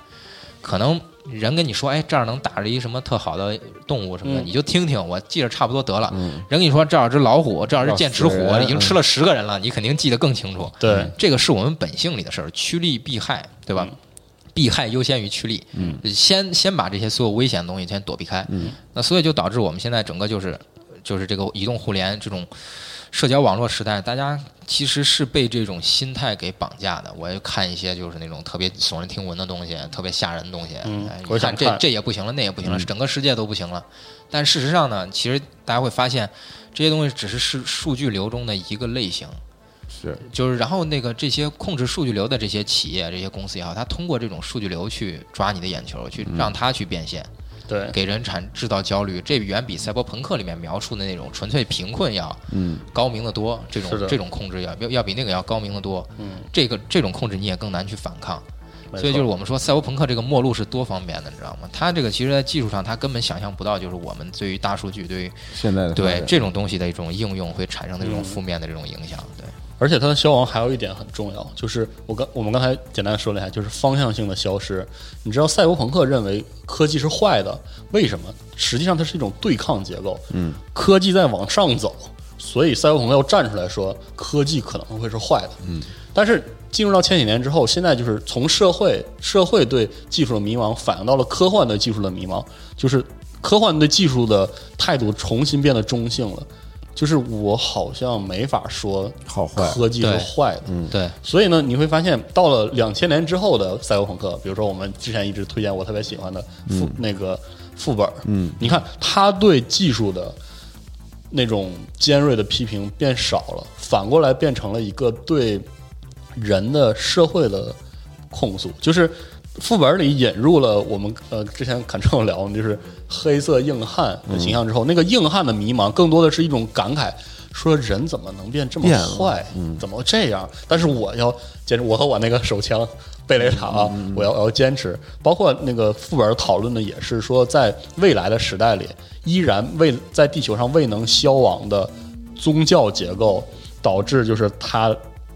可能人跟你说，哎，这儿能打着一什么特好的动物什么的，嗯你就听听，我记着差不多得了。嗯人跟你说这儿有只老虎，这儿是剑齿虎要死，人已经吃了十个人了，你肯定记得更清楚。对，这个是我们本性里的事儿，趋利避害，对吧？避害优先于趋利，嗯，先先把这些所有危险的东西先躲避开，嗯，那所以就导致我们现在整个就是就是这个移动互联这种社交网络时代，大家其实是被这种心态给绑架的。我也看一些就是那种特别耸人听闻的东西，特别吓人的东西，嗯哎我你也想看这看这也不行了，那也不行了，整个世界都不行了。但事实上呢，其实大家会发现这些东西只是是数据流中的一个类型，是就是，然后那个这些控制数据流的这些企业、这些公司也好，它通过这种数据流去抓你的眼球，去让嗯它去变现，对，给人产制造焦虑。这远比赛博朋克里面描述的那种纯粹贫困要嗯高明的多。这种是的这种控制要要要比那个要高明的多。嗯，这个这种控制你也更难去反抗。没所以就错是我们说赛博朋克这个末路是多方面的，你知道吗？它这个其实在技术上，它根本想象不到，就是我们对于大数据、对于现在的发对展这种东西的一种应用会产嗯生的这种负面的这种影响。对，而且它的消亡还有一点很重要，就是我刚我们刚才简单说了一下，就是方向性的消失。你知道赛博朋克认为科技是坏的，为什么？实际上它是一种对抗结构。嗯，科技在往上走，所以赛博朋克要站出来说科技可能会是坏的。嗯，但是进入到千禧年之后，现在就是从社会社会对技术的迷茫反映到了科幻对技术的迷茫，就是科幻对技术的态度重新变得中性了。就是我好像没法说好坏科技是对坏的，对。所以呢，你会发现到了两千年之后的赛博朋克，比如说我们之前一直推荐我特别喜欢的副、那个副本，嗯，你看他对技术的那种尖锐的批评变少了，反过来变成了一个对人的社会的控诉，就是副本里引入了我们呃之前侃正聊，就是黑色硬汉的形象之后，那个硬汉的迷茫更多的是一种感慨。说人怎么能变这么变了坏？怎么这样？但是我要坚持，我和我那个手枪 贝雷塔、啊，我要我要坚持。包括那个副本讨论的也是说，在未来的时代里，依然未在地球上未能消亡的宗教结构，导致就是它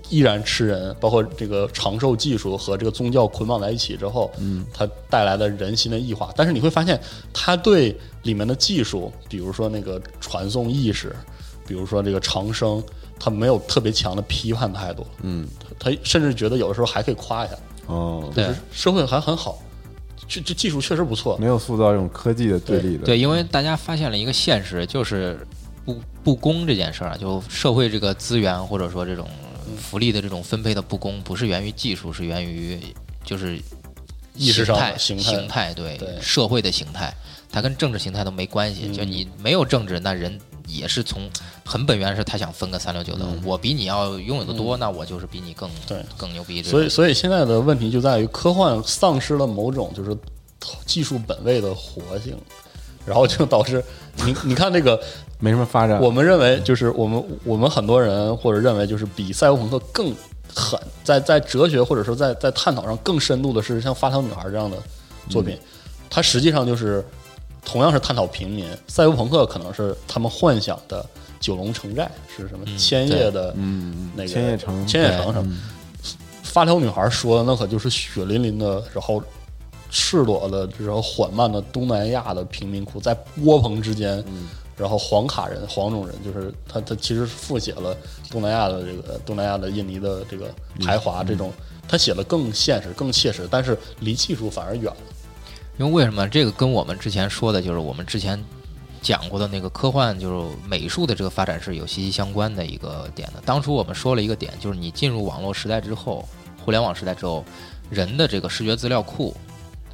依然吃人，包括这个长寿技术和这个宗教捆绑在一起之后，嗯，它带来的人心的异化。但是你会发现，它对里面的技术，比如说那个传送意识，比如说这个长生，它没有特别强的批判态度，嗯，它甚至觉得有的时候还可以夸一下，哦，对社会还很好，这这技术确实不错没，有塑造这种科技的对立的，对，因为大家发现了一个现实，就是不不公这件事儿啊，就社会这个资源或者说这种嗯福利的这种分配的不公，不是源于技术，是源于就是意识上态的形形态态对对嗯社会的形态，它跟政治形态都没关系。就你没有政治，那人也是从很本源是他想分个三六九等，我比你要拥有的多，那我就是比你更嗯对更牛逼。所以，所以现在的问题就在于科幻丧失了某种就是技术本位的活性，然后就导致你你看这个，没什么发展。我们认为就是我们我们很多人或者认为就是比赛博朋克更狠，在在哲学或者说在在探讨上更深度的是像《发条女孩》这样的作品，它实际上就是同样是探讨平民，赛博朋克可能是他们幻想的九龙城寨是什么千叶的嗯，那个千叶城，千叶城什么。发条女孩说的那可就是血淋淋的，然后赤裸的，然后缓慢的东南亚的贫民窟，在窝棚之间，然后黄卡人、黄种人，就是他他其实复写了东南亚的这个东南亚的印尼的这个排华这种，他写的更现实、更切实，但是离技术反而远了。因为为什么这个跟我们之前说的，就是我们之前讲过的那个科幻，就是美术的这个发展是有息息相关的一个点的。当初我们说了一个点，就是你进入网络时代之后，互联网时代之后，人的这个视觉资料库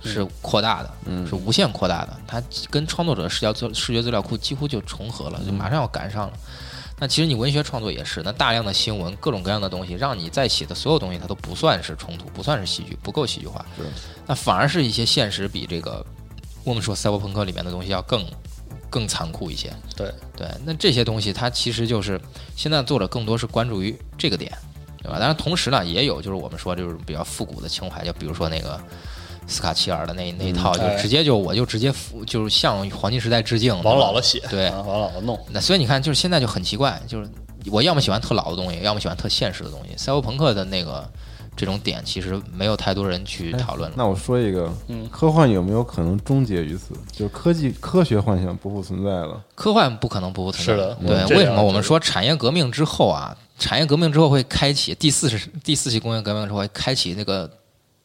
是扩大的，嗯是无限扩大的，它跟创作者视角资视觉资料库几乎就重合了，就马上要赶上了。那其实你文学创作也是，那大量的新闻、各种各样的东西，让你在写的所有东西，它都不算是冲突，不算是戏剧，不够戏剧化。那反而是一些现实比这个我们说赛博朋克里面的东西要更更残酷一些。对，对，那这些东西它其实就是现在作者更多是关注于这个点，对吧？当然，同时呢，也有就是我们说就是比较复古的情怀，就比如说那个斯卡切尔的那那一套，就哎直接就我就直接复就是向黄金时代致敬，往对吧老了写，对啊往老了弄。那所以你看，就是现在就很奇怪，就是我要么喜欢特老的东西，要么喜欢特现实的东西。赛博朋克的那个这种点，其实没有太多人去哎讨论了。那我说一个，嗯科幻有没有可能终结于此？就是科技科学幻想不复存在了。科幻不可能不复存在。是的嗯这两对，为什么个我们是说产业革命之后啊，产业革命之后会开启第四十第四期工业革命之后会开启那个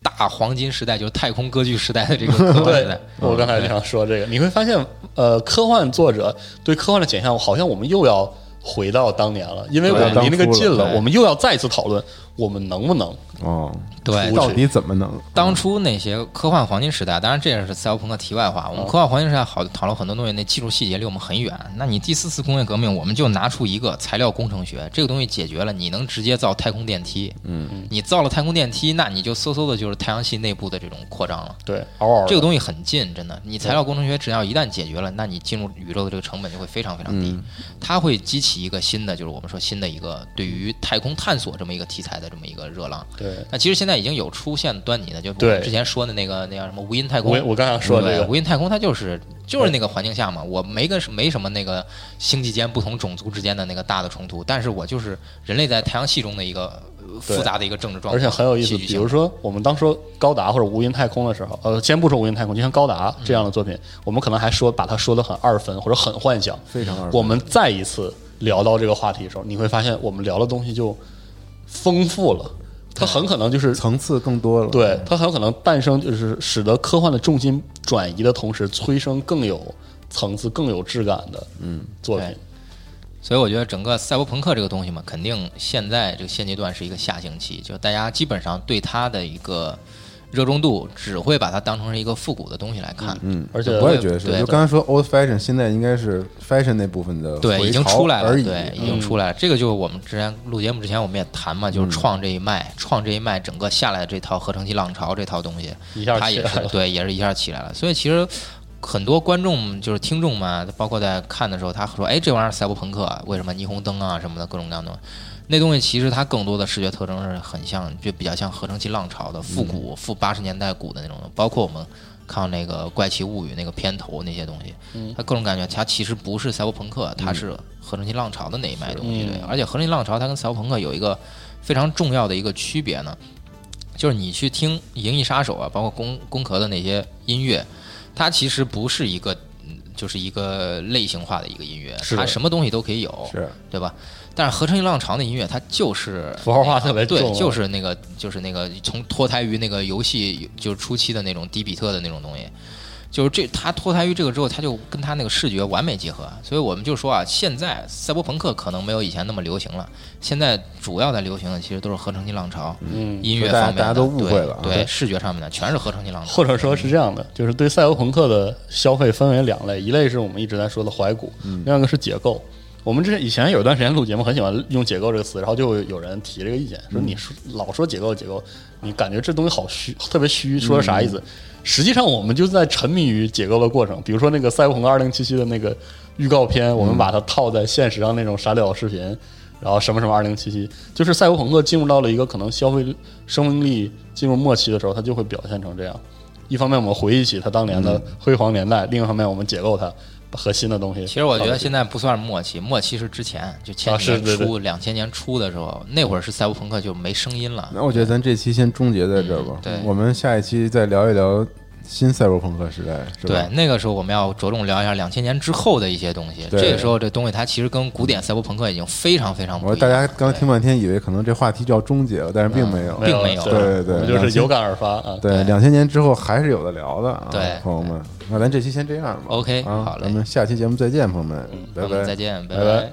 大黄金时代，就是太空歌剧时代的 这个科幻对时代。，嗯我刚才就想说这个，你会发现，呃，科幻作者对科幻的想象，好像我们又要回到当年了，因为我对们离那个当初了近了，对我们又要再一次讨论，我们能不能哦，对，到底怎么能？哎当初那些科幻黄金时代，当然这也是赛博朋克题外话。我们科幻黄金时代好讨论很多东西，那技术细节离我们很远。那你第四次工业革命，我们就拿出一个材料工程学这个东西解决了，你能直接造太空电梯。嗯，你造了太空电梯，那你就嗖嗖的就是太阳系内部的这种扩张了。对嗷嗷的这个东西很近，真的。你材料工程学只要一旦解决了，那你进入宇宙的这个成本就会非常非常低。嗯它会激起一个新的，就是我们说新的一个对于太空探索这么一个题材的这么一个热浪。对，那其实现在已经有出现端倪的，就我对们之前说的那个那叫什么无垠太空。我我刚想说对这无个，垠太空，它就是就是那个环境下嘛，我没跟没什么那个星际间不同种族之间的那个大的冲突，但是我就是人类在太阳系中的一个呃对复杂的一个政治状况，而且很有意思。戏剧比性如说，我们当说高达或者无垠太空的时候，呃，先不说无垠太空，就像高达嗯这样的作品，我们可能还说把它说的很二分或者很幻想，非常二分我们再一次聊到这个话题的时候，你会发现我们聊的东西就丰富了，它很可能就是层次更多了。嗯对，它很有可能诞生，就是使得科幻的重心转移的同时，催生更有层次、更有质感的嗯作品对。所以我觉得整个赛博朋克这个东西嘛，肯定现在这个现阶段是一个下行期，就大家基本上对它的一个热衷度只会把它当成是一个复古的东西来看。嗯，而且我也觉得是，对就刚才说 old fashion，现在应该是 fashion 那部分的对，回已经潮出来了，而已。嗯对，已经出来了。这个就是我们之前录节目之前我们也谈嘛，就是创这一脉，创这一脉整个下来的这套合成器浪潮这套东西，一下它起也来是了。对，也是一下起来了。所以其实很多观众就是听众嘛，包括在看的时候，他说：“哎，这玩意儿赛博朋克、啊，为什么霓虹灯啊什么的各种各样的东西？”那东西其实它更多的视觉特征是很像，就比较像合成器浪潮的复嗯古、复八十年代古的那种，包括我们。看那个《怪奇物语》那个片头那些东西，嗯它各种感觉，它其实不是赛博朋克，它是合成器浪潮的那一脉东西。嗯对，而且合成器浪潮它跟赛博朋克有一个非常重要的一个区别呢，就是你去听《银翼杀手》啊，包括工工壳的那些音乐，它其实不是一个，嗯就是一个类型化的一个音乐，是的它什么东西都可以有，是对吧？但是合成一浪潮的音乐，它就是符号化特别重啊对，就是那个就是那个从脱胎于那个游戏就是初期的那种低比特的那种东西，就是这它脱胎于这个之后，它就跟它那个视觉完美结合，所以我们就说啊，现在赛博朋克可能没有以前那么流行了，现在主要在流行的其实都是合成器浪潮，嗯音乐大家方面的大家都误会了啊对对视觉上面的全是合成器浪潮，嗯或者说是这样的，就是对赛博朋克的消费分为两类，一类是我们一直在说的怀古，另外一个是解构。我们之前以前有一段时间录节目，很喜欢用“解构”这个词，然后就有人提这个意见，说你说老说解构解构，你感觉这东西好虚，特别虚，说的啥意思？实际上我们就在沉迷于解构的过程，比如说那个《赛博朋克二零七七》的那个预告片，我们把它套在现实上那种傻屌视频，然后什么什么二零七七，就是赛博朋克进入到了一个可能消费生命力进入末期的时候，它就会表现成这样。一方面我们回忆起它当年嗯的辉煌年代，另一方面我们解构它核心的东西。其实我觉得现在不算是末期，末期是之前，就千啊禧是年对对初、两千年初的时候，那会儿是赛博朋克就没声音了。那我觉得咱这期先终结在这儿吧嗯，对我们下一期再聊一聊新赛博朋克时代，是吧对，？那个时候我们要着重聊一下两千年之后的一些东西。对这个时候，这东西它其实跟古典赛博朋克已经非常非常不我一大样了。家刚听半天，以为可能这话题就要终结了，但是并没有。嗯并没有对对对我们就是有感而发啊。对，两千年之后还是有的聊的啊，对朋友们。那咱这期先这样吧。 OK，啊好嘞咱们下期节目再见，朋友们，拜对我拜们。再见，拜拜拜